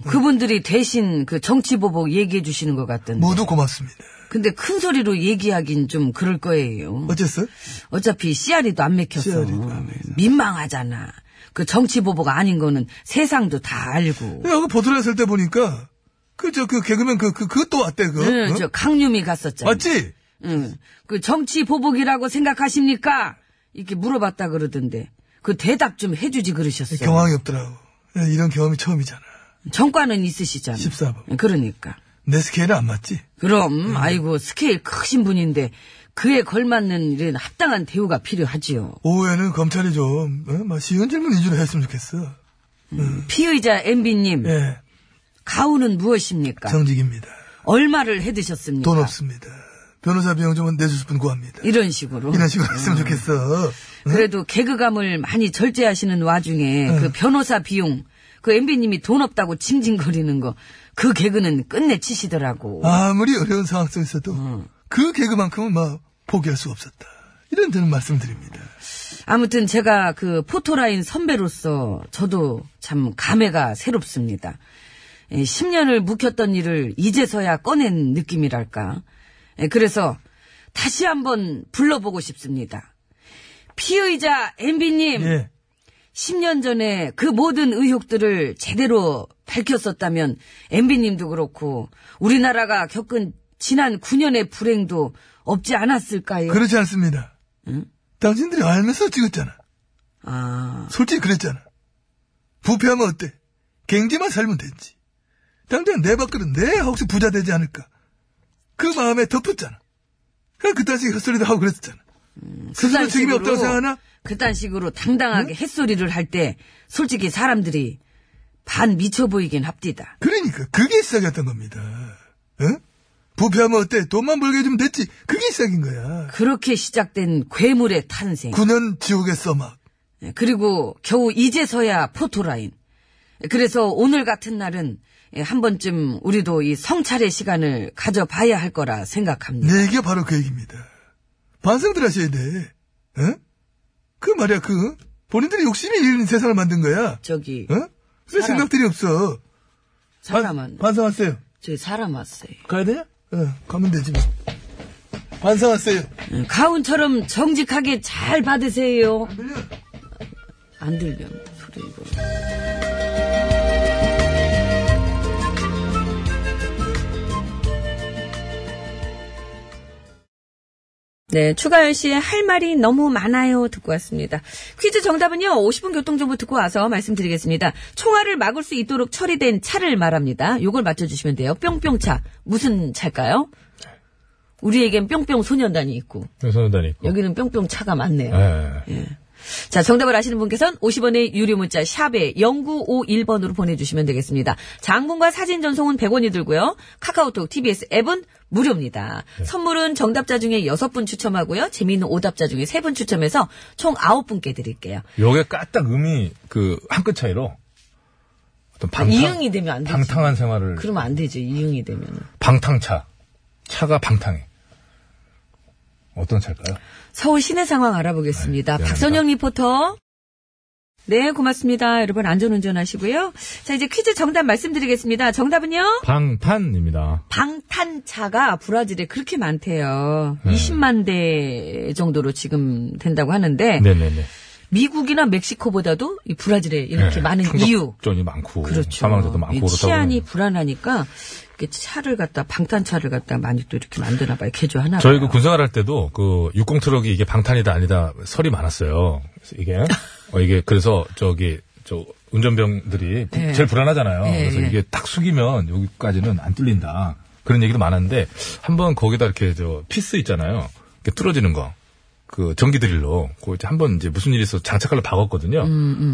그분들이 대신 그 정치보복 얘기해 주시는 것 같던데. 모두 고맙습니다. 근데 큰 소리로 얘기하긴 좀 그럴 거예요. 어쨌어? 어차피 씨알이도 안 맥혔어. 씨알이도 안 맥혔어. 민망하잖아. 그 정치보복 아닌 거는 세상도 다 알고. 야, 그 보도를 했을 때 보니까, 그, 저, 그 개그맨 그, 그, 그것도 왔대, 그거. 응, 어? 네, 저 강유미 갔었잖아. 맞지? 응. 그 정치 보복이라고 생각하십니까? 이렇게 물어봤다 그러던데. 그 대답 좀 해주지 그러셨어. 네, 경황이 없더라고. 야, 이런 경험이 처음이잖아. 정과는 있으시잖아. 14번. 음. 그러니까. 내 스케일은 안 맞지? 그럼 아이고 스케일 크신 분인데 그에 걸맞는 이런 합당한 대우가 필요하지요. 오후에는 검찰이 좀, 어? 막 쉬운 질문 위주로 했으면 좋겠어. 음. 피의자 MB님 예, 가훈은 무엇입니까? 정직입니다. 얼마를 해드셨습니까? 돈 없습니다. 변호사 비용 좀 내주실 분 구합니다. 이런 식으로. 이런 식으로 했으면 음. 좋겠어. 그래도 개그감을 많이 절제하시는 와중에 그 변호사 비용 그 MB님이 돈 없다고 징징거리는 거 그 개그는 끝내치시더라고. 아무리 어려운 상황 속에서도 음. 그 개그만큼은 막 포기할 수 없었다. 이런 저는 말씀드립니다. 아무튼 제가 그 포토라인 선배로서 저도 참 감회가 새롭습니다. 예, 10년을 묵혔던 일을 이제서야 꺼낸 느낌이랄까. 예, 그래서 다시 한번 불러보고 싶습니다. 피의자 MB님. 예. 10년 전에 그 모든 의혹들을 제대로 밝혔었다면 MB님도 그렇고 우리나라가 겪은 지난 9년의 불행도 없지 않았을까요? 그렇지 않습니다. 당신들이 알면서 찍었잖아. 예? 아, 솔직히 그랬잖아. 부패하면 어때? 갱지만 살면 되지. 당장 내 밥그릇 내 혹시 부자 되지 않을까? 그 마음에 덮었잖아. 그냥 그딴식 헛소리도 하고 그랬었잖아. 스스로 그딴 책임이 식으로, 없다고 생각하나? 그딴 식으로 당당하게 햇소리를 할 때 솔직히 사람들이 반 미쳐 보이긴 합디다. 그러니까 그게 시작이었던 겁니다. 응? 부패하면 어때? 돈만 벌게 해주면 됐지. 그게 시작인 거야. 그렇게 시작된 괴물의 탄생. 9년 지옥의 써막. 예, 그리고 겨우 이제서야 포토라인. 그래서 오늘 같은 날은 예, 한 번쯤 우리도 이 성찰의 시간을 가져봐야 할 거라 생각합니다. 네, 이게 바로 그 얘기입니다. 반성들 하셔야 돼. 응? 그 말이야, 그. 본인들이 욕심이 이런 세상을 만든 거야. 저기 응? 그래 사람. 생각들이 없어. 예? 반- 사람은 반성하세요. 저기 사람 왔어요. 가야 되냐? 응, 가면 되지 뭐. 반성하세요. 음, 가훈처럼 정직하게 잘 받으세요. 안 들려 소리 이거. 네, 추가열 씨의 할 말이 너무 많아요 듣고 왔습니다. 퀴즈 정답은요, 50분 교통정보 듣고 와서 말씀드리겠습니다. 총알을 막을 수 있도록 처리된 차를 말합니다. 요걸 맞춰주시면 돼요. 뿅뿅차. 무슨 차일까요? 우리에겐 뿅뿅 소년단이 있고, 소년단이 있고. 여기는 뿅뿅차가 많네요. 네, 예. 자, 정답을 아시는 분께서는 50원의 유료 문자 샵에 0951번으로 보내주시면 되겠습니다. 장문과 사진 전송은 100원이 들고요. 카카오톡, TBS 앱은 무료입니다. 네. 선물은 정답자 중에 6분 추첨하고요. 재미있는 오답자 중에 3분 추첨해서 총 9분께 드릴게요. 요게 까딱 음이 그 한 끗 차이로 어떤 방탕, 이응이 되면 안 되지. 방탕한 생활을 그러면 안 되죠. 이응이 되면. 방탕차 차가 방탕해. 어떤 차일까요? 서울 시내 상황 알아보겠습니다. 네, 박선영 리포터. 네, 고맙습니다. 여러분 안전운전 하시고요. 자, 이제 퀴즈 정답 말씀드리겠습니다. 정답은요? 방탄입니다. 방탄차가 브라질에 그렇게 많대요. 네. 20만 대 정도로 지금 된다고 하는데 네네네. 미국이나 멕시코보다도 이 브라질에 이렇게 예, 많은 이유. 총독전이 많고 그렇죠. 사망자도 많고 이 그렇다 치안이 보면 불안하니까 이렇게 차를 갖다 방탄차를 갖다 많이 또 이렇게 만드나 봐요. 개조하나 봐요. 저희 그 군생활 할 때도 그 육공 트럭이 이게 방탄이다 아니다 설이 많았어요. 그래서 이게 어, 이게 그래서 저기 저 운전병들이 부- 예. 제일 불안하잖아요. 예, 그래서 예. 이게 딱 숙이면 여기까지는 안 뚫린다 그런 얘기도 많았는데 한번 거기다 이렇게 저 피스 있잖아요. 이렇게 뚫어지는 거. 그 전기 드릴로 그 이제 한번 이제 무슨 일이 있어서 장착칼로 박았거든요.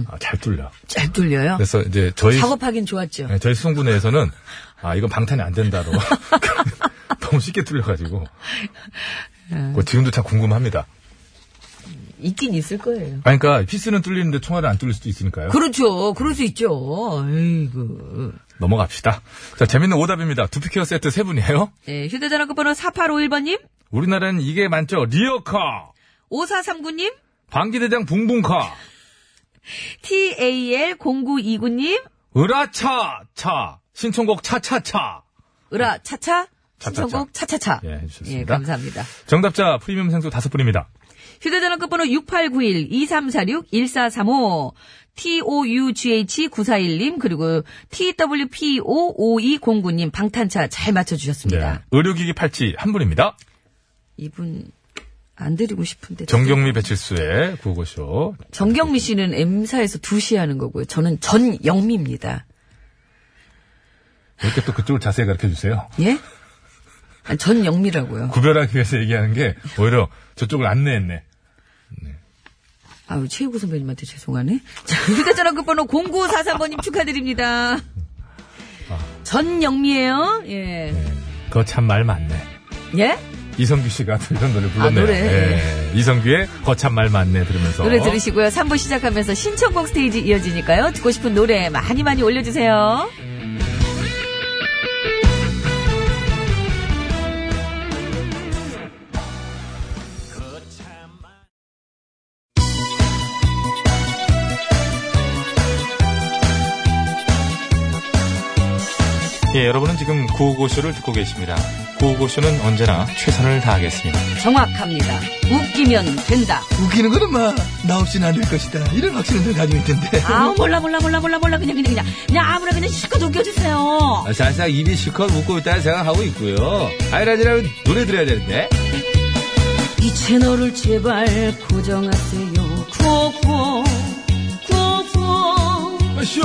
아, 잘 뚫려. 잘 뚫려요. 그래서 이제 저희 음, 작업하긴 좋았죠. 네, 저희 수송부 내에서는 아 이건 방탄이 안 된다로 너무 쉽게 뚫려가지고 그거 지금도 참 궁금합니다. 있긴 있을 거예요. 아니, 그러니까 피스는 뚫리는데 총알은 안 뚫릴 수도 있으니까요. 그렇죠. 그럴 수 있죠. 에이구. 넘어갑시다. 자 재밌는 오답입니다. 두피케어 세트 세 분이에요. 네, 휴대전화 끝번호 4851번님, 우리나라는 이게 많죠. 리어카, 5439님, 방기대장 붕붕카, TAL0929님, 으라차차, 신청곡 차차차. 으라 차차 차차차. 신청곡 차차차. 예, 해주셨습니다. 예, 감사합니다. 정답자 프리미엄 생수 다섯 분입니다. 휴대전화 끝번호 6891 2346 1435 TOUGH941님 그리고 TWPO5209님 E 방탄차 잘 네. 맞춰주셨습니다. 의료기기 팔찌 한 분입니다. 이분 안 드리고 싶은데 정경미 배칠수의 구호고쇼. 정경미 씨는 M사에서 2시 하는 거고요. 저는 전영미입니다. 이렇게 또 그쪽을 자세히 가르쳐 주세요. 예? 아니, 전영미라고요. 구별하기 위해서 얘기하는 게 오히려 저쪽을 안내했네. 아유, 최유구 선배님한테 죄송하네. 자, 휴대전화 끝번호 0943번님 축하드립니다. 전영미예요 예. 그거 참 말 많네. 예? 이성규 씨가 또 이런 노래 불렀네요. 아, 노래. 예, 이성규의 거참 말 많네 들으면서. 노래 들으시고요. 3부 시작하면서 신청곡 스테이지 이어지니까요. 듣고 싶은 노래 많이 많이 올려주세요. 예, 여러분은 지금 구호고쇼를 듣고 계십니다. 구호고쇼는 언제나 최선을 다하겠습니다. 정확합니다. 웃기면 된다. 웃기는 거는 막, 나 없이는 안 될 것이다. 이런 확신을 늘 가지고 있던데. 아 몰라 몰라 몰라 몰라 몰라 그냥 그냥 그냥 그냥 아무나 그냥 실컷 웃겨주세요. 사실상 아, 입이 실컷 웃고 있다는 생각하고 있고요. 아이라지라면 노래 들어야 되는데. 이 채널을 제발 고정하세요. 구호구호 구호구호 아시오!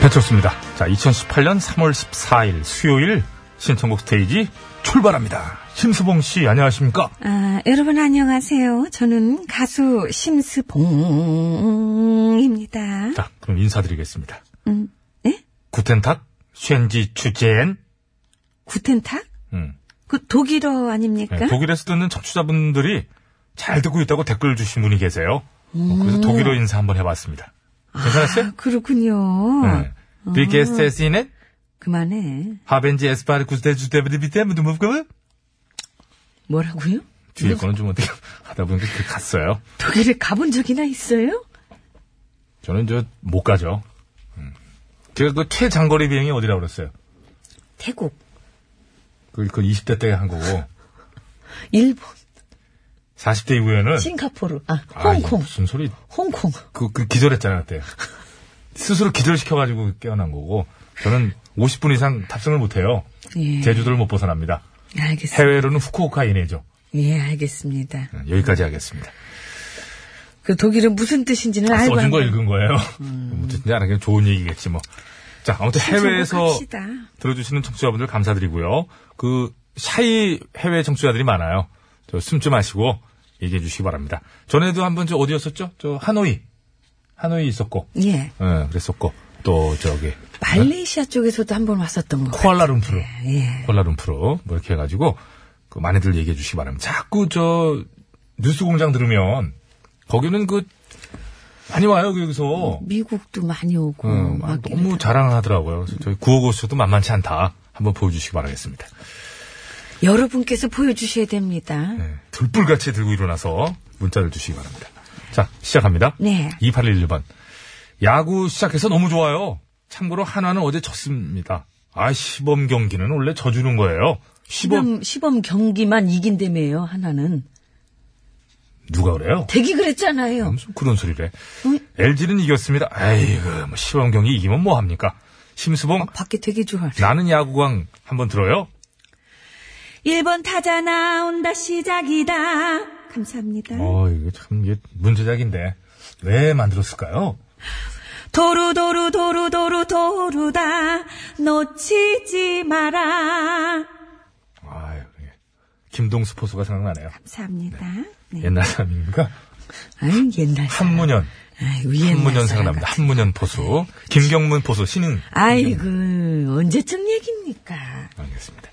배쳤습니다. 자, 2018년 3월 14일 수요일 신청곡 스테이지 출발합니다. 심수봉 씨, 안녕하십니까? 아, 여러분 안녕하세요. 저는 가수 심스봉입니다. 자, 그럼 인사드리겠습니다. 음, 네? 구텐탁, 쉔지 추젠. 구텐탁? 음. 그 독일어 아닙니까? 네, 독일에서 듣는 청취자분들이 잘 듣고 있다고 댓글 주신 분이 계세요. 음. 어, 그래서 독일어 인사 한번 해봤습니다. 괜찮았어요? 아, 그렇군요. 네. 어. 비게스테시네 그만해. 하벤지 에스파르 구스테주데브디비테ム 누무브그 뭐라고요? 뒤에 거는 좀 어떻게 하다 보니까 그 갔어요. 독일에 가본 적이나 있어요? 저는 저 못 가죠. 음. 제가 그 최장거리 비행이 어디라고 그랬어요? 태국, 그, 그 20대 때 한 거고, 일본, 40대 이후에는. 싱가포르, 아, 아, 이게 홍콩, 무슨 소리. 홍콩. 그, 그 기절했잖아요, 그때. 스스로 기절시켜가지고 깨어난 거고, 저는 50분 이상 탑승을 못해요. 예. 제주도를 못 벗어납니다. 알겠습니다. 해외로는 후쿠오카 이내죠. 예, 알겠습니다. 음, 여기까지 하겠습니다. 그 독일은 무슨 뜻인지는 알고. 아, 음. 써준 거 한번 읽은 거예요. 뭐 어쨌든 알아, 그냥 좋은 얘기겠지 뭐. 자, 아무튼 해외에서 참고합시다. 들어주시는 청취자분들 감사드리고요. 그 샤이 해외 청취자들이 많아요. 저 숨 좀 마시고 얘기해 주시기 바랍니다. 전에도 한번 저 어디였었죠? 저 하노이, 하노이 있었고, 예. 예, 그랬었고 또 저기 말레이시아 쪽에서도 한 번 왔었던 거. 코알라룸푸르, 예. 코알라룸푸르 뭐 이렇게 해가지고 그 많이들 얘기해 주시기 바랍니다. 자꾸 저 뉴스공장 들으면 거기는 그 많이 와요 그 여기서. 미국도 많이 오고. 음, 막 아, 이러다. 너무 자랑하더라고요. 그래서 저희 구호고쇼도 만만치 않다. 한번 보여주시기 바라겠습니다. 여러분께서 보여주셔야 됩니다. 네, 들불같이 들고 일어나서 문자를 주시기 바랍니다. 자, 시작합니다. 네. 2811번. 야구 시작해서 너무 좋아요. 참고로 한화는 어제 졌습니다. 아, 시범 경기는 원래 져주는 거예요. 시범, 시범, 시범 경기만 이긴다며요, 하나는. 누가 그래요? 되기 그랬잖아요. 무슨 그런 소리래. LG는 이겼습니다. 아이고, 뭐 시범 경기 이기면 뭐합니까? 심수봉, 밖에 되게 좋아하네. 나는 야구광 한번 들어요. 1번 타자 나온다 시작이다. 감사합니다. 어, 이거 참, 이게 문제작인데. 왜 만들었을까요? 도루 도루 도루 도루 도루다. 놓치지 마라. 아유, 예. 김동수 포수가 생각나네요. 감사합니다. 네. 옛날 사람인가? 아유, 옛날 사람. 한문현. 아이고, 옛날 한문현 사람 생각납니다. 같아. 네. 한문현 포수. 김경문 포수, 신인. 아이고, 음. 언제쯤 얘기입니까? 알겠습니다.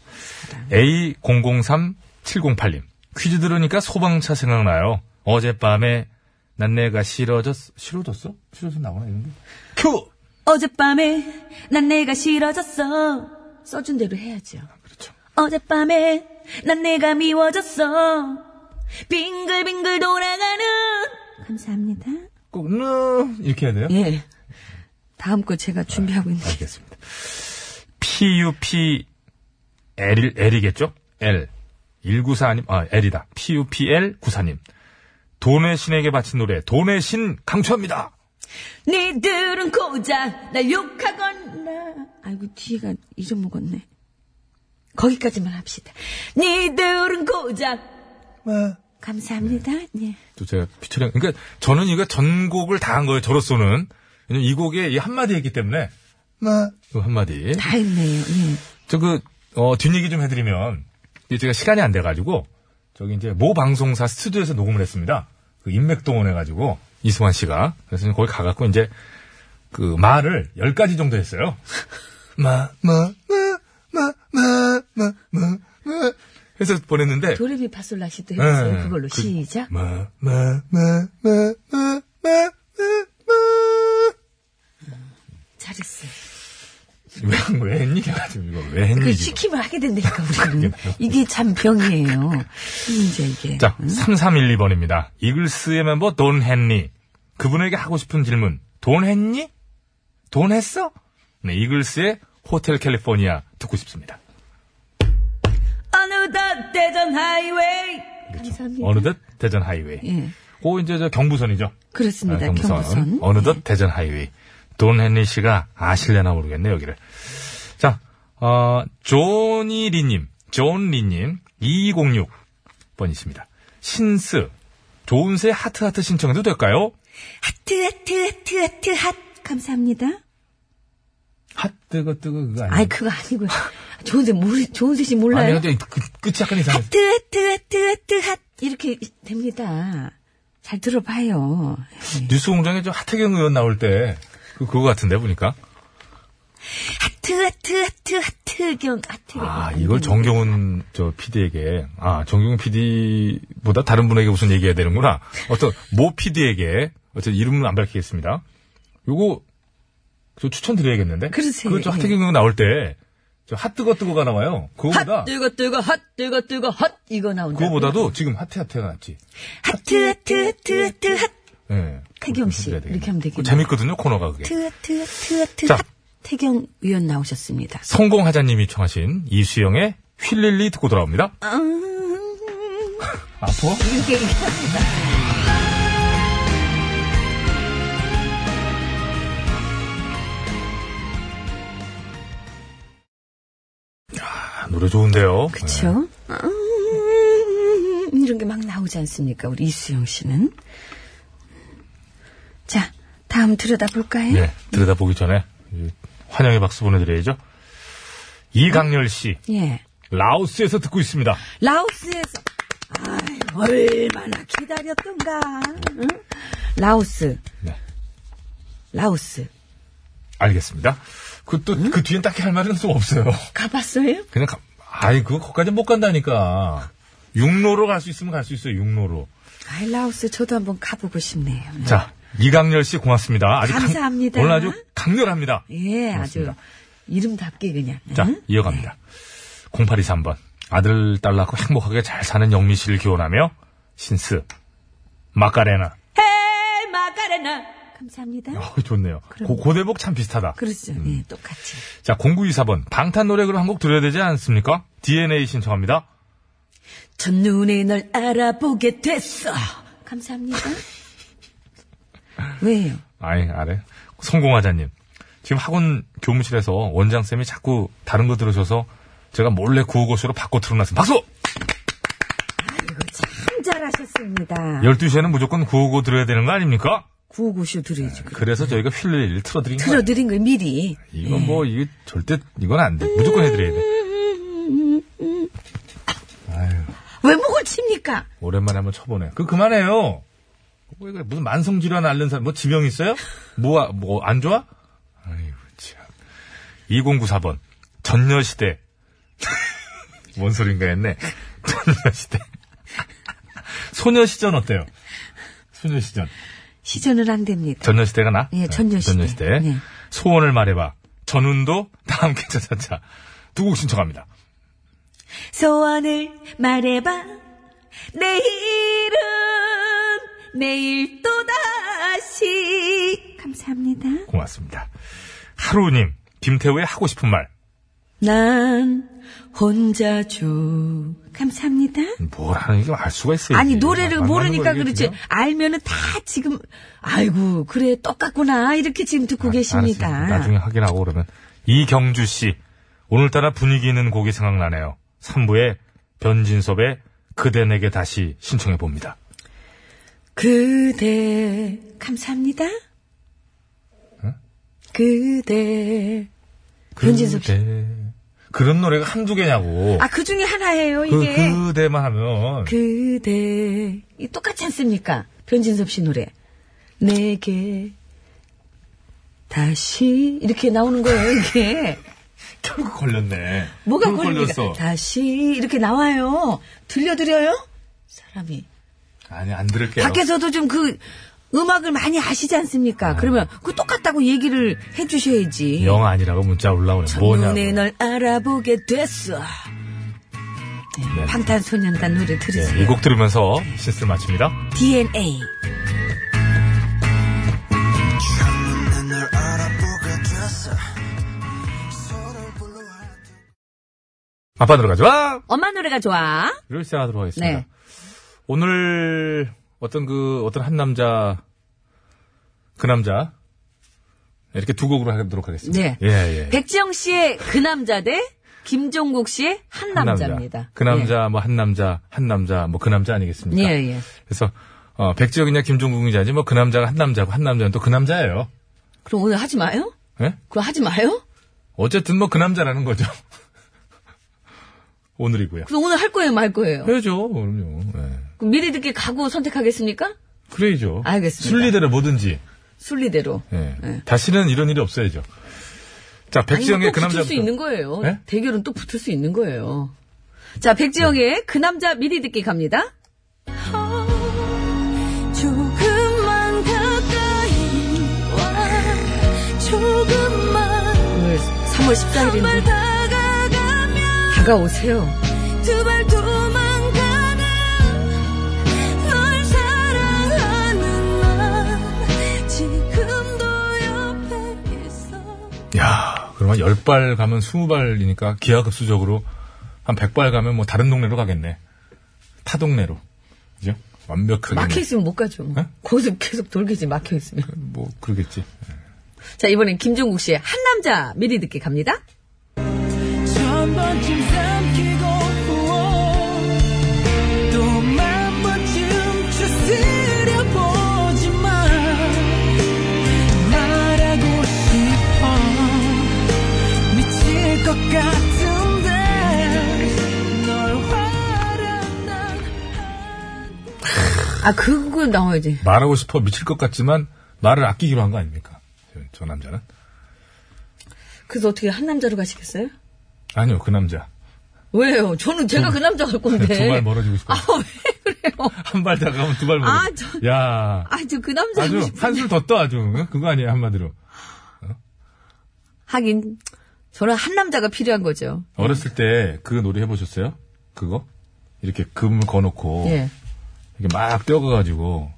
A003708님. 퀴즈 들으니까 소방차 생각나요. 어젯밤에 난내가 싫어졌, 싫어졌어? 싫어서 나오나, 이런 게? 큐! 어젯밤에 난 내가 싫어졌어. 써준 대로 해야죠. 그렇죠. 어젯밤에 난 내가 미워졌어. 빙글빙글 돌아가는. 감사합니다. 꼭, 느 이렇게 해야 돼요? 예. 다음 거 제가 준비하고 있는. 알겠습니다. PUP L L이겠죠? L 194님 아 L이다. PUPL 94님 돈의 신에게 바친 노래 돈의 신 강추합니다. 니들은 고작 날 욕하거나. 아이고, 뒤가 잊어먹었네. 거기까지만 합시다. 니들은 고작. 감사합니다. 예. 또 제가 피처링 그러니까 저는 이거 전곡을 다 한 거예요. 저로서는 왜냐면 이 곡에 이한 마디 했기 때문에 마, 한 마디 다 했네요. 예. 저그 어, 뒷얘기 좀 해드리면 이게 제가 시간이 안 돼가지고 저기 이제 모 방송사 스튜디오에서 녹음을 했습니다. 그 인맥동원 해가지고 이승환 씨가 그래서 이제 거기 가갖고 이제 그 말을 열 가지 정도 했어요. 마 마, 마, 마, 마, 마, 마, 마, 해서 보냈는데 도레미 파솔라시도 해주세요. 예, 그걸로 그- 시작. 마 마, 마, 마, 마, 마, 마, 마. 잘했어요. 왜, 왜 했니? 그래가지고 이거 왜 했니? 그 이거. 시키면 하게 된다니까 우리는 이게 참 병이에요. 이제 이게. 자, 3312번입니다. 이글스의 멤버 돈 헨리. 그분에게 하고 싶은 질문. 돈 했니? 돈 했어? 네, 이글스의 호텔 캘리포니아 듣고 싶습니다. 어느덧 대전 하이웨이. 어느덧 대전 하이웨이. 예. 고 이제 저 경부선이죠. 그렇습니다. 아, 경부선. 예. 어느덧 대전 하이웨이. 돈 헨리 씨가 아실래나 모르겠네, 여기를. 자, 어, 조니 리님, 존 리님, 2206번이십니다. 신스, 조은세 하트하트 신청해도 될까요? 하트 하트 하트 하트 핫 감사합니다. 핫, 뜨거, 뜨거, 그거 아니에요? 아이 그거 아니고요. 좋은데 모르 좋은데 씨 몰라요. 아니, 근데 그, 끝이 약간 이상해. 하트 하트 하트 하트 핫 이렇게 됩니다. 잘 들어봐요. 예. 뉴스 공장에 저 하태경 의원 나올 때, 그, 그거 같은데, 보니까. 하트 하트 하트 하트경 하트경. 아, 이걸 정경훈 저 PD에게, 아, 정경훈 PD보다 다른 분에게 무슨 얘기해야 되는구나. 어떤, 모 PD에게, 어쨌든 이름은 안 밝히겠습니다. 요거, 저 추천드려야겠는데? 그러세요. 그저 하태경 의원 나올 때, 저 핫뜨거 뜨거가 나와요. 그거보다, 핫 뜨거 뜨거 핫 뜨거 뜨거 핫 이거 나온다. 그거보다도 지금 하태하태가 낫지. 하트 하트 하트 하트 핫 예. 태경 씨, 그렇게 해드려야 되겠네. 이렇게 하면 되겠네. 재밌거든요, 코너가 그게. 하트 하트 하트 하트 자. 핫 태경 의원 나오셨습니다. 성공하자님이 청하신 이수영의 휠릴리 듣고 돌아옵니다. 아파? 이게 이게 아, 노래 좋은데요. 네. 그렇죠? 음, 이런 게 막 나오지 않습니까? 우리 이수영 씨는. 자, 다음 들여다볼까요? 네, 들여다보기 전에 이 환영의 박수 보내드려야죠. 이강렬 씨, 예. 라오스에서 듣고 있습니다. 라오스에서. 아이, 얼마나 기다렸던가. 응? 라오스. 네. 라오스. 알겠습니다. 그 또 음? 그 뒤엔 딱히 할 말은 또 없어요. 가봤어요? 그냥 가, 아이 그거 거기까지 못 간다니까. 육로로 갈 수 있으면 갈 수 있어요. 육로로. 아이, 라오스 저도 한번 가보고 싶네요. 자, 이강렬 씨 고맙습니다. 아주 강- 감사합니다. 오늘 아주 강렬합니다. 예, 고맙습니다. 아주. 이름답게 그냥. 자, 응? 이어갑니다. 0823번. 아들, 딸 낳고 행복하게 잘 사는 영미 씨를 기원하며, 신스, 마카레나. 헤이, 마카레나. 감사합니다. 어, 음. 좋네요. 고, 고대복 참 비슷하다. 그렇죠. 예, 똑같이. 자, 0924번. 방탄 노래 그럼 한곡 들어야 되지 않습니까? DNA 신청합니다. 첫눈에 널 알아보게 됐어. 감사합니다. 왜요? 아이, 아래. 성공하자님. 지금 학원 교무실에서 원장쌤이 자꾸 다른 거 들으셔서 제가 몰래 구호고쇼로 바꿔 틀어놨습니다. 박수! 이거 참 아. 잘하셨습니다. 12시에는 무조건 구호고 들어야 되는 거 아닙니까? 구호고쇼 들어야지. 그래. 그래서 저희가 휠을 틀어드린 아, 거예요. 틀어드린 걸 미리. 이거 뭐, 예. 이게 절대, 이건 안 돼. 무조건 해드려야 돼. 왜 목을 칩니까? 오랜만에 한번 쳐보네. 그, 그만해요. 왜 그래. 무슨 만성질환 앓는 사람, 뭐 지병 있어요? 뭐, 아- 뭐, 안 좋아? 아이고, 참. 2094번. 전녀시대. 뭔 소린가 했네. 전녀시대. 소녀시전 어때요? 소녀시전. 시전을 안 됩니다. 전녀시대가 나? 예, 전녀시대. 네. 소원을 말해봐. 전운도 다 함께 찾아자. 두 곡 신청합니다. 소원을 말해봐. 내일은 내일 또다시. 감사합니다. 고맙습니다. 하루님, 김태우의 하고 싶은 말. 난 혼자죠. 감사합니다. 뭘 하는 지 알 수가 있어요. 아니 이게. 노래를 만- 모르니까 만나는 거 그렇지 이게 지금? 알면은 다 지금 아이고 그래 똑같구나 이렇게 지금 듣고 계십니다. 아, 알았어요. 나중에 확인하고 그러면 이경주 씨 오늘따라 분위기 있는 곡이 생각나네요. 3부에 변진섭의 그대 내게 다시 신청해 봅니다. 그대 감사합니다. 그대 변진섭 씨. 그대. 그런 노래가 한두 개냐고. 아 그 중에 하나예요 그 이게 그대만 하면 그, 대이 똑같지 않습니까 변진섭 씨 노래 내게 다시 이렇게 나오는 거예요 이게. 결국 걸렸네. 뭐가 결국 걸립니까? 다시 이렇게 나와요. 들려드려요? 사람이. 아니 안 들을게요. 밖에서도 좀 그 음악을 많이 아시지 않습니까? 네. 그러면 그 똑같다고 얘기를 해주셔야지. 영 아니라고 문자 올라오네. 뭐냐고. 예, 첫눈에 널 알아보게 됐어. 네, 방탄소년단 노래 들으세요. 네, 이 곡 들으면서 실수를 마칩니다. DNA. 아빠 들어가죠. 와! 엄마 노래가 좋아. 를 시작하도록 하겠습니다. 네. 오늘 어떤 그 어떤 한 남자 그 남자 이렇게 두 곡으로 하도록 하겠습니다. 네. 예, 예. 백지영 씨의 그 남자 대 김종국 씨의 한 한 남자입니다. 그 남자 뭐 한 남자 한 남자 뭐 그 남자 예, 아니겠습니까? 예. 예. 그래서 어, 백지혁이냐 김종국이냐지 뭐 그 남자가 한 남자고 한 남자는 또 그 남자예요. 그럼 오늘 하지 마요? 예? 그거 하지 마요? 어쨌든 뭐 그 남자라는 거죠. 오늘이고요. 그럼 오늘 할 거예요, 말 거예요? 해야죠, 그럼요. 예. 그럼 미리 듣게 가고 선택하겠습니까? 그래야죠. 알겠습니다. 순리대로 뭐든지. 순리대로. 예. 다시는 이런 일이 없어야죠. 자, 아니면 백지영의 또 그 남자. 붙을 수 있는 거예요. 예? 대결은 또 붙을 수 있는 거예요. 자, 백지영의 그 남자 미리 듣기 갑니다. 조금만 가까이 와 조금만 오늘 3월 한 발 14일인데 다가가면 다가오세요. 음. 두 발 도망가는 널 사랑하는 나 지금도 옆에 있어 야 그러면 10발 가면 20발이니까 기하급수적으로 한 100발 가면 뭐 다른 동네로 가겠네. 타 동네로. 그죠? 완벽하게. 막혀있으면 못 가죠. 예? 거기서 계속 돌겠지, 막혀있으면. 뭐, 그러겠지. 자, 이번엔 김종국 씨의 한 남자 미리 듣기 갑니다. 천 번쯤 삼키고 또만 번쯤 추스려 보지만 말하고 싶어 미칠 것 같은데 널 화를 난 아, 그거 나와야지. 말하고 싶어 미칠 것 같지만 말을 아끼기로 한 거 아닙니까? 저, 저 남자는? 그래서 어떻게 한 남자로 가시겠어요? 아니요, 그 남자. 왜요? 저는 제가 그 남자 갈 건데. 두 발 멀어지고 싶어. 아, 왜 그래요? 한 발 다가오면 두 발 멀어. 아, 저- 야. 아, 저 그 남자 하고 아주 싶은데. 한술 더 떠 아주 응? 그거 아니에요 한마디로 하긴, 저는 한 남자가 필요한 거죠. 어렸을 때 그 놀이 해보셨어요? 그거 이렇게 금을 거놓고 예. 이렇게 막 뛰어가가지고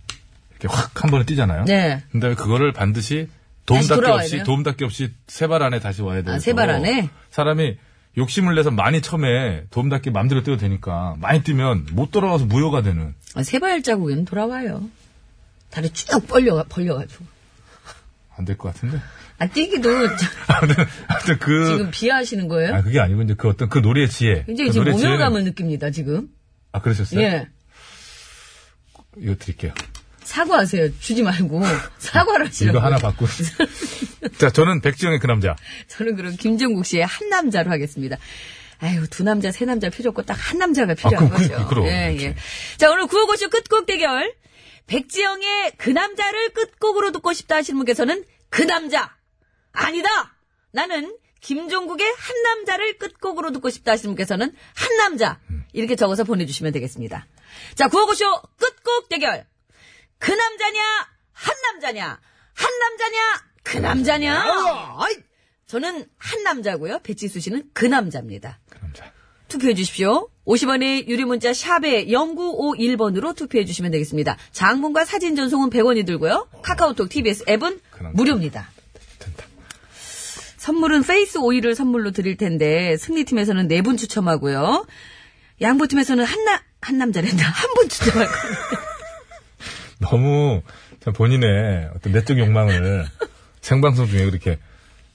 이렇게 확 한 번에 뛰잖아요. 예. 근데 그거를 반드시 도움 다시 닫기 돌아와야 없이 돼요? 아, 도움 닫기 없이 세 발 안에 다시 와야 돼요. 세발 안에? 사람이 욕심을 내서 많이 처음에 도움 닫기 마음대로 뛰어도 되니까 많이 뛰면 못 돌아와서 무효가 되는. 아, 세발자국에는 돌아와요. 다리 쭉 벌려, 벌려가지고. 안 될 것 같은데. 아, 뛰기도 아무튼, 아무튼 그. 지금 비하하시는 거예요? 아, 그게 아니고, 이제 그 어떤 그 노래의 지혜. 굉장히 그 지금 노래의 지혜는- 모멸감을 느낍니다, 지금. 아, 그러셨어요? 예. 이거 드릴게요. 사과하세요. 주지 말고. 사과를 하시라고. 이거 하나 받고. 자, 저는 백지영의 그 남자. 저는 그럼 김종국 씨의 한 남자로 하겠습니다. 아유, 두 남자, 세 남자 필요 없고 딱 한 남자가 필요한 아, 그럼, 거죠. 그, 그럼. 예, 예. 자, 오늘 구호고쇼 끝곡 대결. 백지영의 그 남자를 끝곡으로 듣고 싶다 하시는 분께서는 그 남자! 아니다! 나는 김종국의 한 남자를 끝곡으로 듣고 싶다 하시는 분께서는 한 남자! 음. 이렇게 적어서 보내주시면 되겠습니다. 자, 구호고쇼 끝곡 대결. 그 남자냐 한 남자냐 한 남자냐 그 남자냐 어이, 저는 한 남자고요 배치수 씨는 그 남자입니다 그 남자. 투표해 주십시오 50원의 유료문자 샵에 0951번으로 투표해 주시면 되겠습니다 장문과 사진 전송은 100원이 들고요 카카오톡 TBS 앱은 그 남자. 무료입니다 된다. 선물은 페이스 오일을 선물로 드릴 텐데 승리팀에서는 네 분 추첨하고요 양보팀에서는 한나 한 남자랜다 한 분 추첨할 겁니다 너무 참 본인의 어떤 내적 욕망을 생방송 중에 그렇게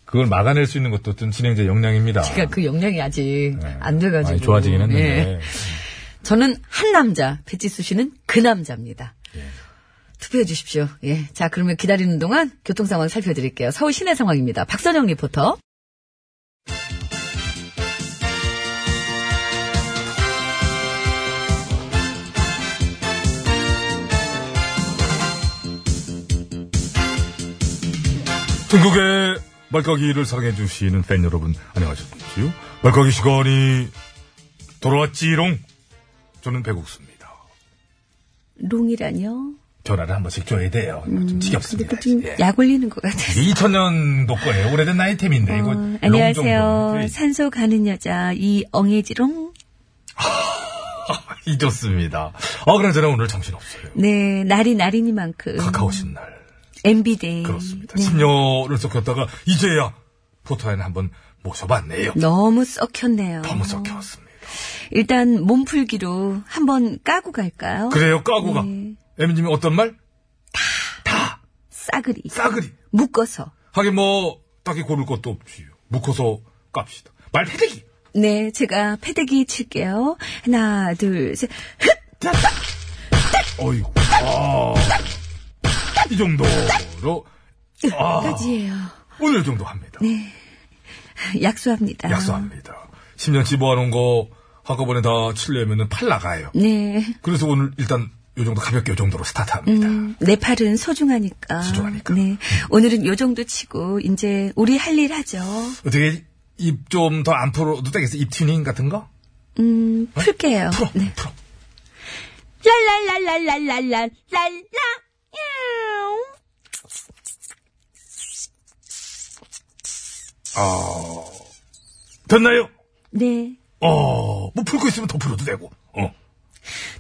그걸 막아낼 수 있는 것도 어떤 진행자의 역량입니다. 그러니까 그 역량이 아직 안 돼가지고 네. 많이 좋아지긴 했는데. 예. 저는 한 남자, 배치수 씨는 그 남자입니다. 예. 투표해 주십시오. 예. 자, 그러면 기다리는 동안 교통 상황 살펴드릴게요. 서울 시내 상황입니다. 박선영 리포터. 중국의 말까기를 사랑해주시는 팬 여러분, 안녕하셨지요? 말까기 시간이 돌아왔지롱. 저는 배국수입니다. 롱이라뇨? 전화를 한 번씩 줘야 돼요. 이거 좀 지겹습니다. 근데 그 좀 약 올리는 것 같아서. 2000년도 거예요. 오래된 아이템인데 이거 어, 롱정도. 안녕하세요. 산소 가는 여자 이엉애지롱. 잊었습니다. 아 그럼 저는 오늘 정신 없어요. 네 날이 날이니만큼. 가까우신 날 MB 데이. 그렇습니다. 네. 심려를 섞였다가 이제야 포토에는 한번 모셔봤네요. 너무 썩혔네요. 너무 섞였습니다. 일단 몸풀기로 한번 까고 갈까요? 그래요 까고가 에미님이 어떤 말? 싸그리 싸그리 묶어서. 하긴 뭐 딱히 고를 것도 없지요. 묶어서 깝시다. 말 패대기 네, 제가 패대기 칠게요. 하나, 둘, 셋. 흡! 어이구. 아, 이 정도로 까지예요. 오늘 정도 합니다. 약속합니다. 약속합니다. 10년치 모아놓은 거 한꺼번에 다 치려면은 팔 나가요. 네. 그래서 오늘 일단 요 정도 가볍게 요 정도로 스타트합니다. 음, 내 팔은 소중하니까. 소중하니까. 네. 오늘은 요 정도 치고, 이제 우리 할 일 하죠. 어떻게 입 좀 더 안 풀어도 되겠어? 입 튜닝 같은 거? 음, 풀게요. 풀어, 네. 풀어. 랄랄랄랄랄랄랄랄라. 야옹. 됐나요? 네. 어, 뭐 풀고 있으면 더 풀어도 되고. 어.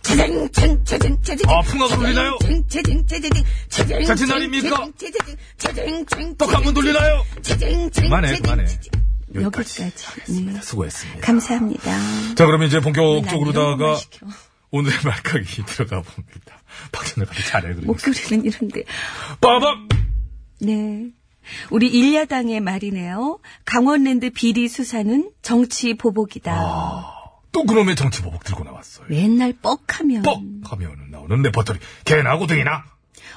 짜잔, 짠, 짜잔, 짜잔. 아, 풍악을 울리나요? 짜잔, 짜잔, 짜잔, 짜잔. 자칫 날입니까? 짜잔, 짜잔, 짜잔. 떡 한 번 돌리나요? 짜잔, 짜잔, 그만해, 짜잔, 그만해. 짜잔. 여기까지. 여기까지. 네. 수고했습니다. 감사합니다. 자, 그러면 이제 난 네, 이런 본격적으로다가 걸 시켜. 오늘의 말까기 들어가 봅니다. 박진우가 잘해, 그리고. 목소리는 이런데. 빠밤! 네. 우리 일야당의 말이네요. 강원랜드 비리 수사는 정치 보복이다. 아. 또 그놈의 정치 보복 들고 나왔어요. 맨날 뻑하면 뻑! 하면은 나오는 내 버터리. 개나 고등이나.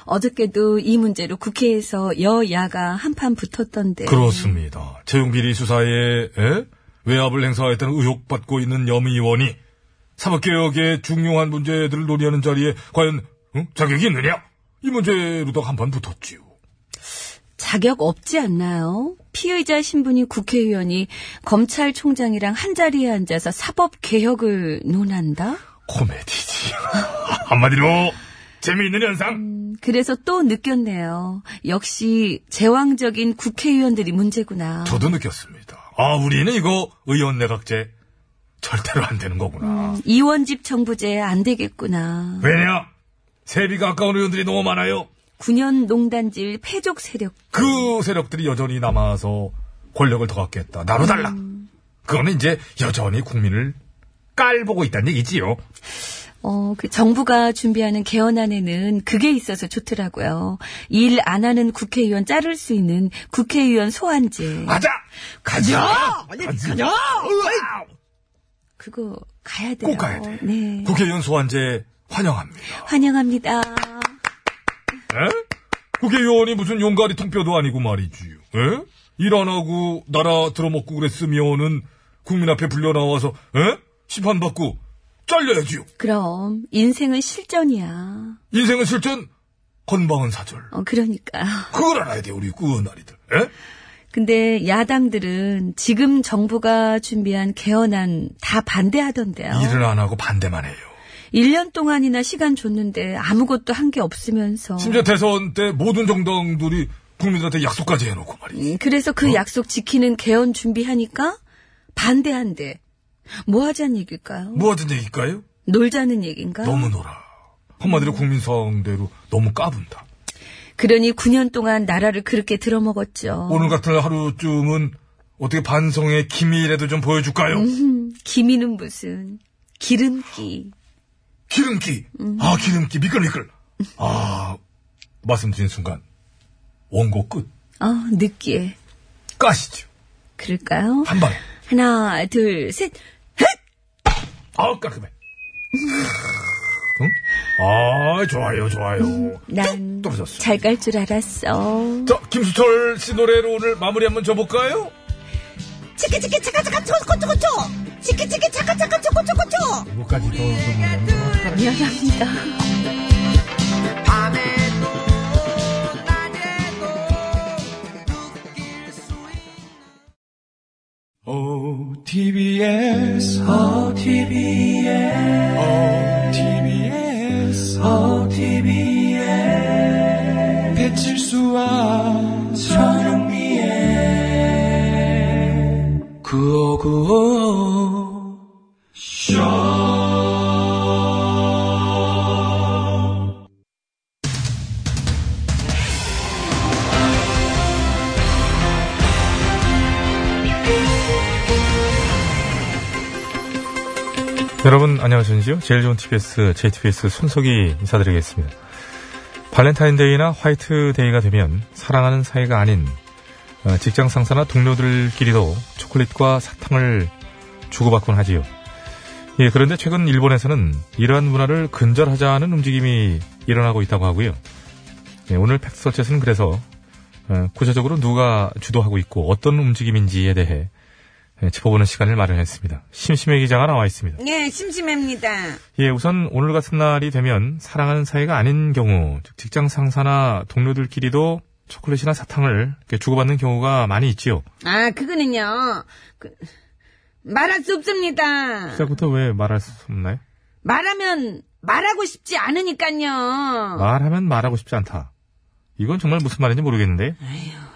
어저께도 이 문제로 국회에서 여야가 한판 붙었던데 그렇습니다. 채용비리 수사에 에? 외압을 행사했다는 의혹 받고 있는 염의원이 사법개혁의 중요한 문제들을 논의하는 자리에 과연 응? 자격이 있느냐? 이 문제로도 한판 붙었지요. 자격 없지 않나요? 피의자 신분이 국회의원이 검찰총장이랑 한자리에 앉아서 사법개혁을 논한다? 코미디지. 한마디로 재미있는 현상. 음, 그래서 또 느꼈네요. 역시 제왕적인 국회의원들이 문제구나. 저도 느꼈습니다. 아 우리는 이거 의원 내각제 절대로 안 되는 거구나. 이원집 정부제 안 되겠구나. 왜냐? 세비가 아까운 의원들이 너무 많아요. 9년 농단질 패족 세력. 그 세력들이 여전히 남아서 권력을 더 갖겠다. 나로 달라. 그거는 이제 여전히 국민을 깔보고 있다는 얘기지요. 어, 그 정부가 준비하는 개헌안에는 그게 있어서 좋더라고요. 일 안 하는 국회의원 자를 수 있는 국회의원 소환제. 가자! 가자! 가자! 으아! 그거 가야 돼요. 꼭 가야 돼. 네. 국회의원 소환제 환영합니다. 환영합니다. 에? 국회의원이 무슨 용가리 통뼈도 아니고 말이지요. 에? 일 안 하고 나라 들어먹고 그랬으면은 국민 앞에 불려나와서 에? 심판받고 잘려야지요. 그럼 인생은 실전이야. 인생은 실전, 건방은 사절. 어, 그러니까. 그걸 알아야 돼, 우리 꾸은 아리들. 에? 근데 야당들은 지금 정부가 준비한 개헌안 다 반대하던데요. 일을 안 하고 반대만 해요. 1년 동안이나 시간 줬는데 아무것도 한 게 없으면서. 심지어 대선 때 모든 정당들이 국민들한테 약속까지 해놓고 말이지. 음, 그래서 뭐? 그 약속 지키는 개헌 준비하니까 반대한대. 뭐 하자는 얘기일까요? 뭐 하든 얘기일까요? 놀자는 얘기인가? 너무 놀아. 한마디로 국민 상대로 너무 까분다. 그러니 9년 동안 나라를 그렇게 들어먹었죠. 오늘 같은 날 하루쯤은 어떻게 반성의 기미라도 좀 보여줄까요? 음, 기미는 무슨 기름기. 기름기. 아, 기름기. 미끌미끌. 아, 말씀드린 순간. 원고 끝. 아 느끼해. 까시죠. 그럴까요? 한 방에. 하나, 둘, 셋. 아, 깔끔해. 응? 아, 좋아요, 좋아요. 난 잘 떨어졌어. 깔 줄 알았어. 자, 김수철 씨 노래로 오늘 마무리 한번 줘볼까요? 치키치키 차카차카 초코초코초 치키치키 차카차카 초코초코초 이거까지 더. 미안합니다. OTBS, 어, OTBS, OTBS, OTBS. 배칠수와 전영미의 구호구호 여러분 안녕하십니까? 제일 좋은 TBS, JTBS 손석희 인사드리겠습니다. 발렌타인데이나 화이트데이가 되면 사랑하는 사이가 아닌 어, 직장 상사나 동료들끼리도 초콜릿과 사탕을 주고받곤 하지요. 예, 그런데 최근 일본에서는 이러한 문화를 근절하자는 움직임이 일어나고 있다고 하고요. 예, 오늘 팩트서치에서는 그래서 어, 구체적으로 누가 주도하고 있고 어떤 움직임인지에 대해 예, 짚어보는 시간을 마련했습니다. 심심해 기자가 나와 있습니다. 예, 심심합니다. 예, 우선 오늘 같은 날이 되면 사랑하는 사이가 아닌 경우, 즉 직장 상사나 동료들끼리도 초콜릿이나 사탕을 이렇게 주고받는 경우가 많이 있지요. 아, 그거는요. 그, 말할 수 없습니다. 시작부터 왜 말할 수 없나요? 말하면 말하고 싶지 않으니까요. 말하면 말하고 싶지 않다. 이건 정말 무슨 말인지 모르겠는데.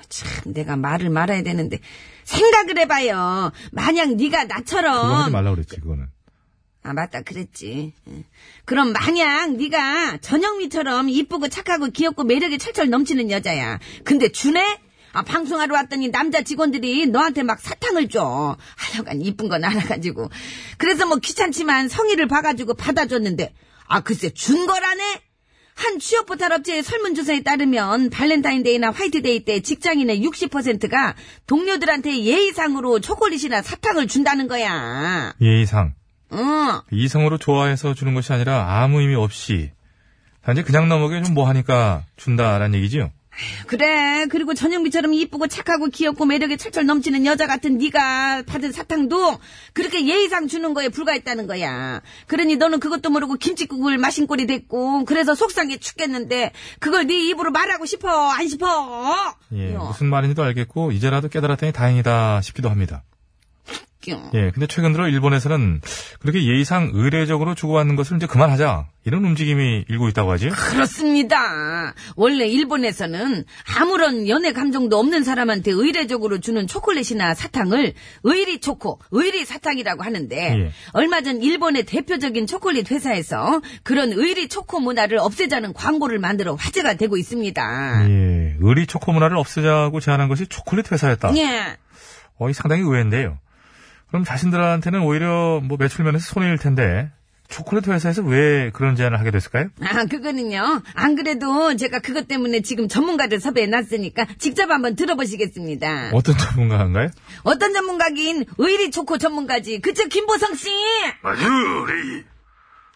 참, 내가 말을 말아야 되는데 생각을 해봐요. 만약 네가 그거 하지 나처럼 말라 그랬지, 그거는. 아 맞다 그랬지. 응. 그럼 만약 네가 전영미처럼 이쁘고 착하고 귀엽고 매력이 철철 넘치는 여자야. 근데 준해? 아 방송하러 왔더니 남자 직원들이 너한테 막 사탕을 줘. 하여간 이쁜 건 알아가지고. 그래서 뭐 귀찮지만 성의를 봐가지고 받아줬는데 아 글쎄 준 거라네? 한 취업 포털 업체의 설문조사에 따르면 발렌타인데이나 화이트데이 때 직장인의 60%가 동료들한테 예의상으로 초콜릿이나 사탕을 준다는 거야. 어. 예의상. 응. 이성으로 좋아해서 주는 것이 아니라 아무 의미 없이. 단지 그냥 넘어게 좀 뭐하니까 준다라는 얘기지요. 그래. 그리고 전영미처럼 이쁘고 착하고 귀엽고 매력에 철철 넘치는 여자 같은 네가 받은 사탕도 그렇게 예의상 주는 거에 불과했다는 거야. 그러니 너는 그것도 모르고 김치국을 마신 꼴이 됐고 그래서 속상해 죽겠는데 그걸 네 입으로 말하고 싶어 안 싶어? 예, 어, 무슨 말인지도 알겠고, 이제라도 깨달았더니 다행이다 싶기도 합니다. 웃겨. 예, 근데 최근 들어 일본에서는 그렇게 예의상 의례적으로 주고받는 것을 이제 그만하자. 이런 움직임이 일고 있다고 하지. 그렇습니다. 원래 일본에서는 아무런 연애 감정도 없는 사람한테 의례적으로 주는 초콜릿이나 사탕을 의리 초코, 의리 사탕이라고 하는데 예. 얼마 전 일본의 대표적인 초콜릿 회사에서 그런 의리 초코 문화를 없애자는 광고를 만들어 화제가 되고 있습니다. 예, 의리 초코 문화를 없애자고 제안한 것이 초콜릿 회사였다. 예. 어, 이 상당히 의외인데요. 그럼 자신들한테는 오히려 뭐 매출 면에서 손해일 텐데, 초콜릿 회사에서 왜 그런 제안을 하게 됐을까요? 아, 그거는요. 안 그래도 제가 그것 때문에 지금 전문가를 섭외해 놨으니까 직접 한번 들어보시겠습니다. 어떤 전문가인가요? 어떤 전문가긴 의리 초코 전문가지. 그쵸, 김보성 씨? 맞아, 레이.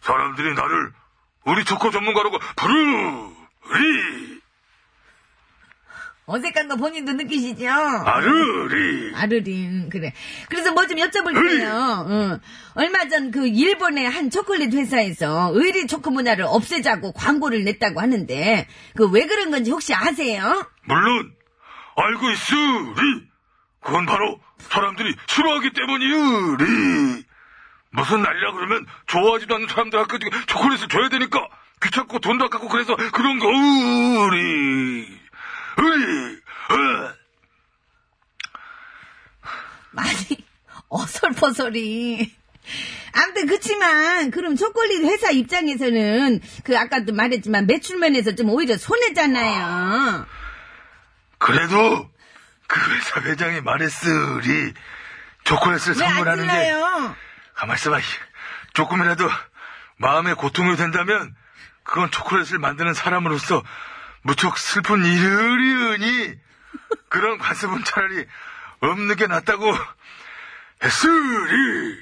사람들이 나를 우리 초코 전문가라고 부르, 리, 어색한 거 본인도 느끼시죠? 아르, 리. 아르린 그래. 그래서 뭐 좀 여쭤볼게요. 응. 얼마 전 그 일본의 한 초콜릿 회사에서 의리 초코 문화를 없애자고 광고를 냈다고 하는데 그 왜 그런 건지 혹시 아세요? 물론 알고 있으리 그건 바로 사람들이 싫어하기 때문이으리 무슨 난리야 그러면 좋아하지도 않는 사람들한테 초콜릿을 줘야 되니까 귀찮고 돈도 아깝고 그래서 그런 거으리 으리 으. 많이 어설퍼설이. 아무튼 그치만 그럼 초콜릿 회사 입장에서는 그 아까도 말했지만 매출면에서 좀 오히려 손해잖아요. 그래도 그 회사 회장이 말했으리 초콜릿을 왜 안 선물하는 게 들어요? 가만 있어봐. 이씨. 조금이라도 마음에 고통이 된다면 그건 초콜릿을 만드는 사람으로서 무척 슬픈 일이으니 그런 관습은 차라리 없는 게 낫다고 했으리.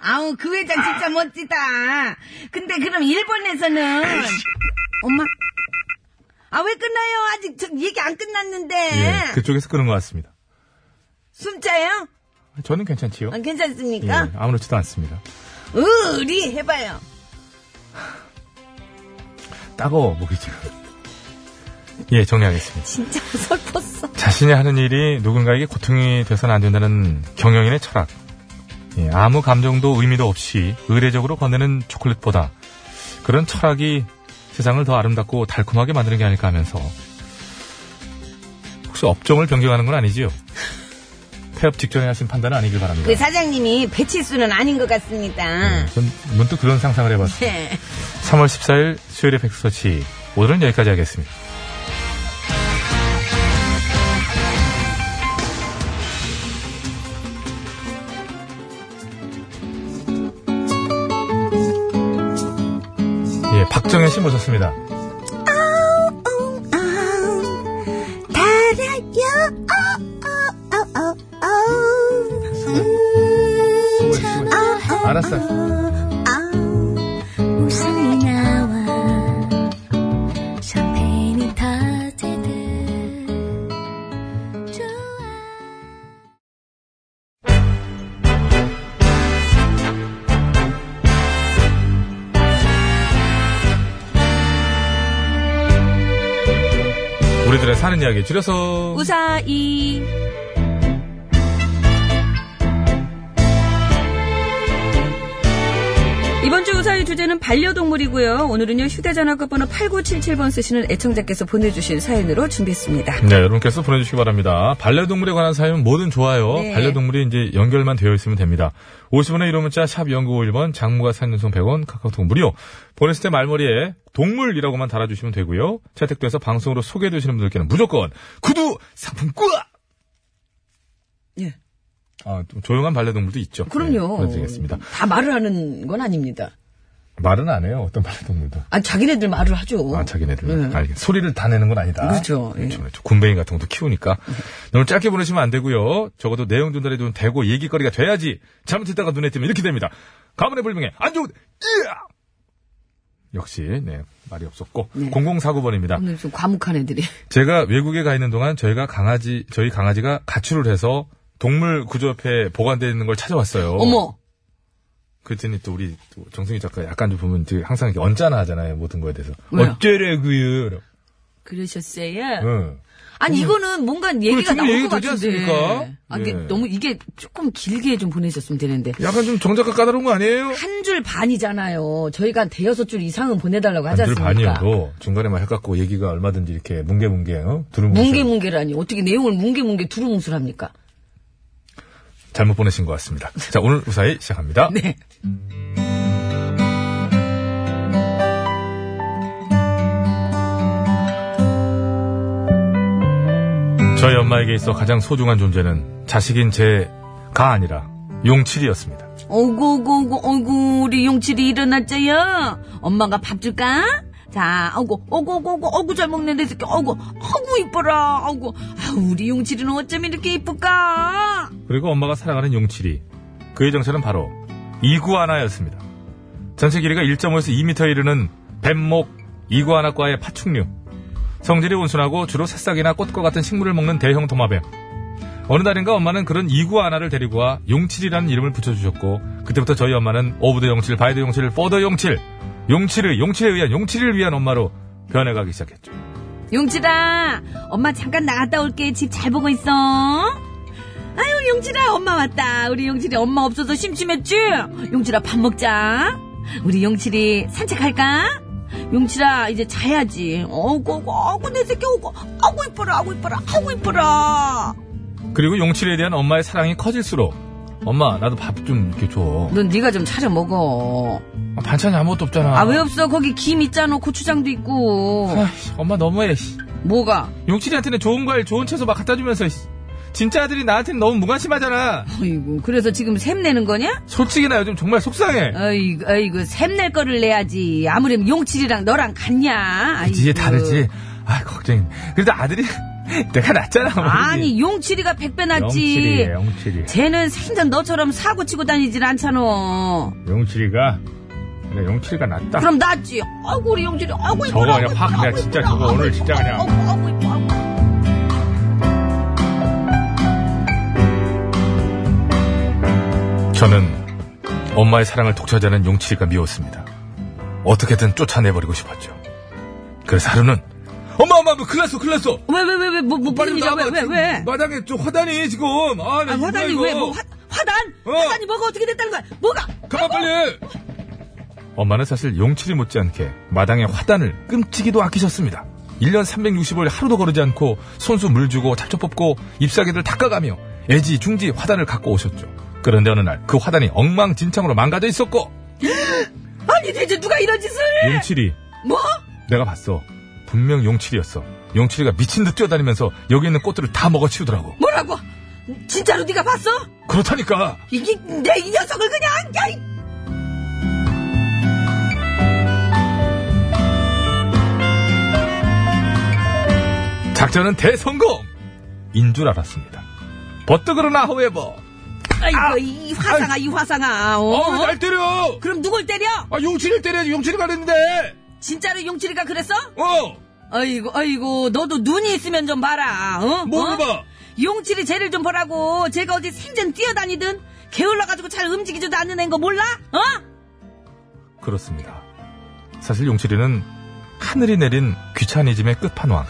아우 그 회장 진짜 멋지다. 근데 그럼 일본에서는 엄마 아 왜 끝나요? 아직 저 얘기 안 끝났는데 예, 그쪽에서 끄는 것 같습니다. 숨자요? 저는 괜찮지요. 아, 예. 괜찮습니까? 아무렇지도 않습니다. 으리 해봐요. 따가워, 목이 지금. 예, 정리하겠습니다. 진짜 어설펐어. 자신이 하는 일이 누군가에게 고통이 돼서는 안 된다는 경영인의 철학. 예, 아무 감정도 의미도 없이 의례적으로 건네는 초콜릿보다 그런 철학이 세상을 더 아름답고 달콤하게 만드는 게 아닐까 하면서 혹시 업종을 변경하는 건 아니지요? 폐업 직전에 하신 판단은 아니길 바랍니다. 그 사장님이 배치수는 아닌 것 같습니다. 네, 전 문득 그런 상상을 해봤어요. 네. 3월 14일 수요일의 백서치 오늘은 여기까지 하겠습니다. 예, 박정현 씨 모셨습니다. 아. 알았어. 우산이 나와 샴페인이 타제돼 좋아 우리들의 사는 이야기 줄여서 우사이. 이번 주 우사의 주제는 반려동물이고요. 오늘은요, 휴대전화 끝번호 8977번 쓰시는 애청자께서 보내주신 사연으로 준비했습니다. 네, 여러분께서 보내주시기 바랍니다. 반려동물에 관한 사연은 뭐든 좋아요. 네. 반려동물이 이제 연결만 되어 있으면 됩니다. 50원의 1호 문자, 샵 0951번, 장무가 산연송 100원, 카카오톡 무료. 보냈을 때 말머리에 동물이라고만 달아주시면 되고요. 채택돼서 방송으로 소개되시는 분들께는 무조건 구두 상품권! 예. 아, 좀 조용한 반려동물도 있죠. 그럼요. 네, 보내드리겠습니다. 다 말을 하는 건 아닙니다. 말은 안 해요, 어떤 반려동물도. 아, 자기네들 말을 하죠. 아, 자기네들. 네. 알겠 소리를 다 내는 건 아니다. 그렇죠. 예. 그렇죠, 그렇죠. 군뱅이 같은 것도 키우니까. 너무 짧게 보내시면 안 되고요. 적어도 내용 전달이 좀 되고 얘기거리가 돼야지. 잘못했다가 눈에 띄면 이렇게 됩니다. 가문의 불명예, 안 좋은, 이야! 역시, 네, 말이 없었고. 0049번입니다. 오늘 좀 과묵한 애들이. 제가 외국에 가 있는 동안 저희가 강아지, 저희 강아지가 가출을 해서 동물구조협회에 보관되어 있는 걸 찾아왔어요. 어머! 그랬더니 또 우리 또 정승희 작가 약간 좀 보면 이제 항상 이렇게 언짢아 하잖아요. 모든 거에 대해서. 왜요? 아. 어쩌래구요. 그러셨어요? 응. 아니 이거는 뭔가 얘기가 지금 나올 음. 얘기 것 같은데. 되지 않습니까? 아, 이게 예. 너무 이게 조금 길게 좀 보내셨으면 되는데. 약간 좀 정작가 까다로운 거 아니에요? 한 줄 반이잖아요. 저희가 한 대여섯 줄 이상은 보내달라고 하지 안들 않습니까? 아, 반이어도 중간에 막 해갖고 얘기가 얼마든지 이렇게 뭉게뭉게 어? 두루뭉술 뭉게뭉게라니 어떻게 내용을 뭉게뭉게 두루뭉술합니까? 잘못 보내신 것 같습니다. 자 오늘 우사히 시작합니다. 네. 저희 엄마에게 있어 가장 소중한 존재는 자식인 제가 아니라 용칠이었습니다. 어구 어구 어구 어구 우리 용칠이 일어났죠요. 엄마가 밥 줄까? 자, 어구 어구 어구 어구 어구 잘 먹는데 새끼 어구 어구 이뻐라 어구 아 우리 용칠이는 어쩜 이렇게 이쁠까? 그리고 엄마가 사랑하는 용칠이 그의 정체는 바로 이구아나였습니다. 전체 길이가 1.5에서 2m 이르는 뱀목 이구아나과의 파충류. 성질이 온순하고 주로 새싹이나 꽃과 같은 식물을 먹는 대형 도마뱀. 어느 날인가 엄마는 그런 이구아나를 데리고 와 용칠이라는 이름을 붙여주셨고 그때부터 저희 엄마는 오브 더 용칠, 바이 더 용칠, 포더 용칠, 용칠의 용칠에 의한 용칠을 위한 엄마로 변해가기 시작했죠. 용칠아, 엄마 잠깐 나갔다 올게. 집 잘 보고 있어. 아유, 용칠아, 엄마 왔다. 우리 용칠이 엄마 없어서 심심했지? 용칠아, 밥 먹자. 우리 용칠이 산책할까? 용칠아, 이제 자야지. 어구, 어구, 어구, 내 새끼, 어구. 어구, 이뻐라, 어구, 이뻐라, 어구, 이뻐라. 그리고 용칠에 대한 엄마의 사랑이 커질수록 엄마 나도 밥 좀 이렇게 줘. 넌 네가 좀 차려 먹어. 아, 반찬이 아무것도 없잖아. 아, 왜 없어? 거기 김 있잖아. 고추장도 있고. 아이씨, 엄마 너무해. 씨. 뭐가? 용칠이한테는 좋은 과일, 좋은 채소 막 갖다 주면서 씨. 진짜 아들이 나한테는 너무 무관심하잖아. 아이고, 그래서 지금 샘내는 거냐? 솔직히 나 요즘 정말 속상해. 어이구, 어이구, 샘낼 거를 내야지. 아무렴 용칠이랑 너랑 같냐? 그치, 아이고. 다르지. 아, 걱정이. 그래도 아들이 내가 낫잖아. 아니, 용칠이가 백배 낫지. 용칠이, 용칠이. 쟤는 생전 너처럼 사고 치고 다니질 않잖아. 용칠이가 그냥 용칠이가 낫다. 그럼 낫지. 아이고, 우리 용칠이. 저거 아이고, 이뻐라, 그냥 아이고, 확 이뻐라, 그냥 아이고, 진짜 이뻐라, 저거 아이고, 오늘 진짜 이뻐라, 그냥. 아이고, 아이고, 이뻐라, 아이고. 저는 엄마의 사랑을 독차지하는 용칠이가 미웠습니다. 어떻게든 쫓아내버리고 싶었죠. 그래서 하루는 엄마 엄마 뭐 큰일 났어 큰일 났어 왜, 왜, 왜, 왜, 뭐, 뭐, 무슨 일이야? 왜, 왜, 왜? 마당에 좀 화단이 지금. 아, 나 아, 이거 화단이 이거. 왜, 뭐, 화, 화단? 어. 화단이 뭐가 어떻게 됐다는 거야? 뭐가? 가만 빨리. 엄마는 사실 용칠이 못지않게 마당에 화단을 끔찍이도 아끼셨습니다. 1년 360일 하루도 거르지 않고 손수 물 주고 잡초 뽑고 잎사귀들 닦아가며 애지 중지 화단을 갖고 오셨죠. 그런데 어느 날 그 화단이 엉망진창으로 망가져 있었고 아니 대체 누가 이런 짓을? 용칠이 뭐? 내가 봤어. 분명 용칠이였어. 용칠이가 미친 듯 뛰어다니면서 여기 있는 꽃들을 다 먹어치우더라고. 뭐라고? 진짜로 네가 봤어? 그렇다니까. 이게 내 이 녀석을 그냥 야, 이- 작전은 대성공! 인 줄 알았습니다. 버뜩으로나 however. 아이고 이 화상아 이 화상아. 어? 어, 왜날 때려! 그럼 누굴 때려? 아, 용칠이를 때려야지. 용칠이가 그랬는데! 진짜로 용칠이가 그랬어? 어! 아이고 아이고 너도 눈이 있으면 좀 봐라. 어? 뭘 어? 봐? 용칠이 쟤를 좀 보라고. 쟤가 어디 생전 뛰어다니든 게을러가지고 잘 움직이지도 않는 애인 거 몰라? 어? 그렇습니다. 사실 용칠이는 하늘이 내린 귀차니즘의 끝판왕.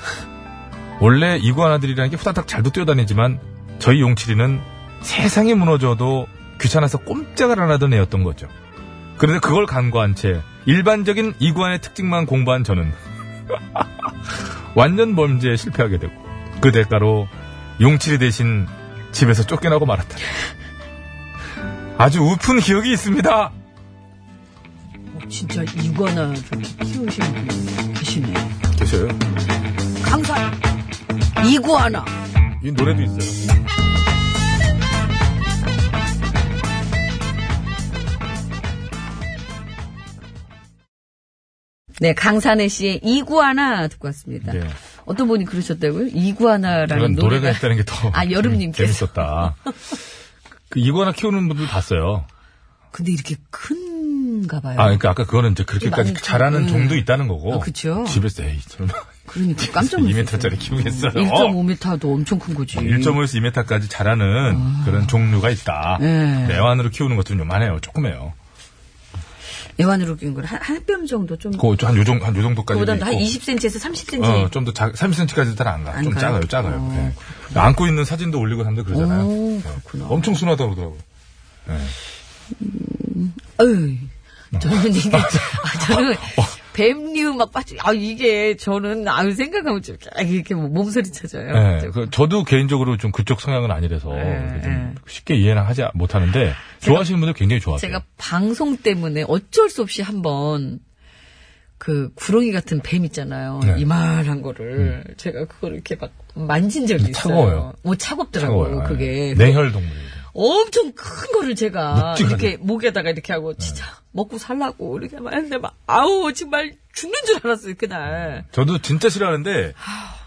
원래 이구아나들이라는 게 후다닥 잘도 뛰어다니지만 저희 용칠이는 세상이 무너져도 귀찮아서 꼼짝을 안 하던 애였던 거죠. 그런데 그걸 간과한 채 일반적인 이구아의 특징만 공부한 저는 완전 범죄에 실패하게 되고 그 대가로 용칠이 대신 집에서 쫓겨나고 말았다. 아주 우픈 기억이 있습니다. 어, 진짜 이거나 좀 키우시는 분 계시네. 계셔요. 강사 이구아나. 이 노래도 있어요. 네, 강산의 씨의 이구아나 듣고 왔습니다. 네. 어떤 분이 그러셨다고요? 이구아나라는 노래가, 노래가 있다는 게 더. 아, 여름님께서. 재밌었다. 그 이거나 키우는 분들 봤어요. 근데 이렇게 큰가 봐요. 아, 그러니까 아까 그거는 이제 그렇게까지 많이 잘하는 키우고. 종도 있다는 거고. 아, 그쵸. 집에서 에이, 참. 그러니까 깜짝 놀랐어요. 2m짜리 키우겠어요. 1.5m도 엄청 큰 거지. 1.5에서 2m까지 자라는 그런 종류가 있다. 아. 네. 네, 애완으로 키우는 것좀 요만해요. 조그매요. 애완으로 키운 걸한뼘 정도 좀. 그거 좀한 요정, 한 요정도까지. 보다 있고. 한 20cm에서 30cm. 어, 좀 더 작, 30cm까지 잘안 가. 안 좀 가요? 어, 작아요, 작아요. 예. 안고 있는 사진도 올리고 사람들 그러잖아요. 오, 예. 그렇구나. 엄청 순하다고 그러더라고요. 어이, 저는 이게, 아, 저는 어. 뱀류 막 빠져. 아, 이게 저는, 아, 생각하면 좀 쫙 이렇게 뭐 몸소리 찾아요. 예, 좀. 그 저도 개인적으로 좀 그쪽 성향은 아니라서 네. 예, 좀 쉽게 이해는 하지 못하는데 좋아하시는 분들 굉장히 좋아하세요. 네. 제가 방송 때문에 어쩔 수 없이 한번 그 구렁이 같은 뱀 있잖아요. 네. 음. 이만한 거를 제가 그걸 이렇게 막 만진 적이 있어요. 차가워요. 뭐 차갑더라고요. 차가워요. 그게. 예. 냉혈 동물이에요. 엄청 큰 거를 제가 묵직하죠. 이렇게 목에다가 이렇게 하고 네. 진짜 먹고 살라고 이렇게 막 했는데 막 아우 정말 죽는 줄 알았어요 그날. 저도 진짜 싫어하는데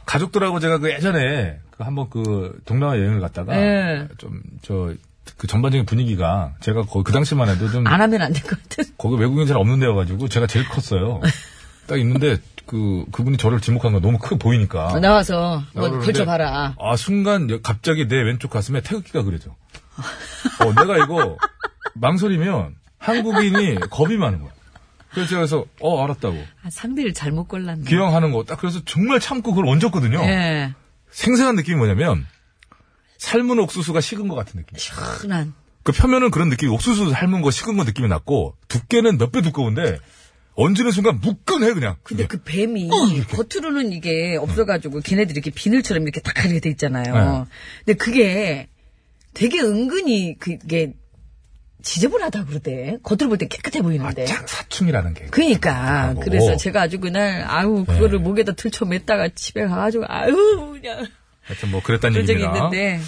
가족들하고 제가 그 예전에 그 한번 그 동남아 여행을 갔다가 예. 좀 저 그 전반적인 분위기가 제가 거의 그 당시만 해도 좀 안 하면 안 될 것 같은. 거기 외국인 잘 없는 데여가지고 제가 제일 컸어요. 딱 있는데 그 그분이 저를 지목한 거 너무 크게 아, 보이니까 나와서 뭐 아. 나오는데, 걸쳐봐라. 어, 아, 순간 여- 갑자기 내 왼쪽 가슴에 태극기가 그려져. 어, 내가 이거 망설이면 한국인이 겁이 많은 거야. 그래서 제가 그래서 어 알았다고 아, 상대를 잘못 골랐네. 기왕하는 거 딱 그래서 정말 참고 그걸 얹었거든요. 예. 생생한 느낌이 뭐냐면 삶은 옥수수가 식은 것 같은 느낌. 시원한. 그 표면은 그런 느낌, 옥수수 삶은 거 식은 거 느낌이 났고 두께는 몇 배 두꺼운데 얹는 순간 묶근해 그냥. 근데 이게. 그 뱀이 겉으로는 이게 없어가지고 걔네들이 이렇게 비늘처럼 이렇게 딱 이렇게 돼 있잖아요. 네. 근데 그게 되게 은근히 그게 지저분하다 그러대. 겉으로 볼 때 깨끗해 아, 보이는데. 짝 사춤이라는 게. 그러니까 하고. 네. 그래서 제가 아주 그날 아우 그거를 목에다 들쳐 맸다가 집에 가가지고 아우 그냥 하여튼 뭐 그랬다는 그런 적이 얘기입니다. 있는데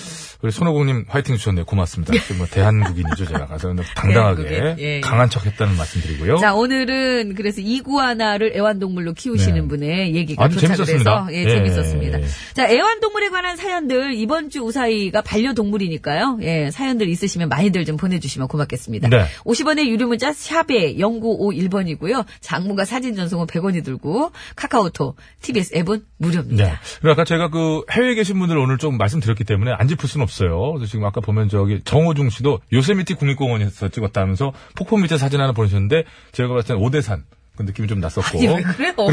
우리 손오공님 화이팅 주셨네요. 고맙습니다. 지금 뭐 대한국인이죠, 제가. 그래서 당당하게 대한국인, 네, 예, 예. 강한 척 했다는 말씀 드리고요. 자 오늘은 그래서 이구아나를 애완동물로 키우시는 네. 분의 얘기가 아주 도착을 재밌었습니다. 해서 예, 예, 재밌었습니다. 예, 예. 자 애완동물에 관한 사연들 이번 주 우사이가 반려동물이니까요. 예 사연들 있으시면 많이들 좀 보내주시면 고맙겠습니다. 네. 50원의 유료 문자 샵에 0951번이고요. 장문과 사진 전송은 100원이 들고 카카오톡, TBS 앱은 무료입니다. 네. 그리고 아까 제가 그 해외에 계신 분들 오늘 좀 말씀드렸기 때문에 안 짚을 순 없어요. 그래서 지금 아까 보면 저기 정호중 씨도 요세미티 국립공원에서 찍었다면서 폭포 밑에 사진 하나 보내셨는데 제가 봤을 땐 오대산. 그 느낌이 좀 났었고. 아니, 왜 그래요?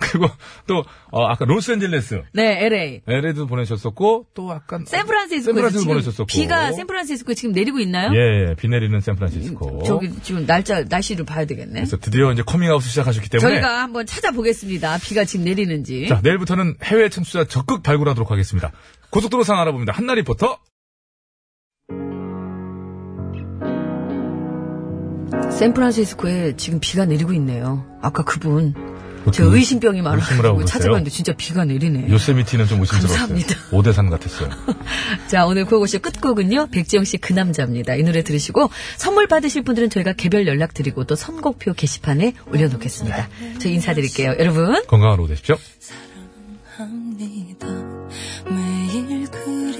그리고 또 어, 아까 로스앤젤레스. 네, LA. LA도 보내셨었고 또 약간 샌프란시스코에서 샌프란시스코 지금 보내셨었고 비가 샌프란시스코에 지금 내리고 있나요? 예, 예, 비 내리는 샌프란시스코. 네? 저기 지금 날짜 날씨를 봐야 되겠네. 그래서 드디어 이제 커밍아웃 시작하셨기 때문에 저희가 한번 찾아보겠습니다. 비가 지금 내리는지. 자, 내일부터는 해외 청취자 적극 발굴하도록 하겠습니다. 고속도로 상 알아봅니다. 한나 리포터. 샌프란시스코에 지금 비가 내리고 있네요. 아까 그분 제 의- 의심병이 의심을 하고 많아가지고 그러세요? 찾아봤는데 진짜 비가 내리네. 요세미티는 좀 의심스러웠어요. 감사합니다. 5대3 같았어요. 자, 오늘 구호고쇼 끝곡은요, 백지영 씨 그 남자입니다. 이 노래 들으시고, 선물 받으실 분들은 저희가 개별 연락드리고, 또 선곡표 게시판에 올려놓겠습니다. 네. 저희 인사드릴게요. 여러분. 건강한 오후 되십시오. 사랑합니다. 매일 그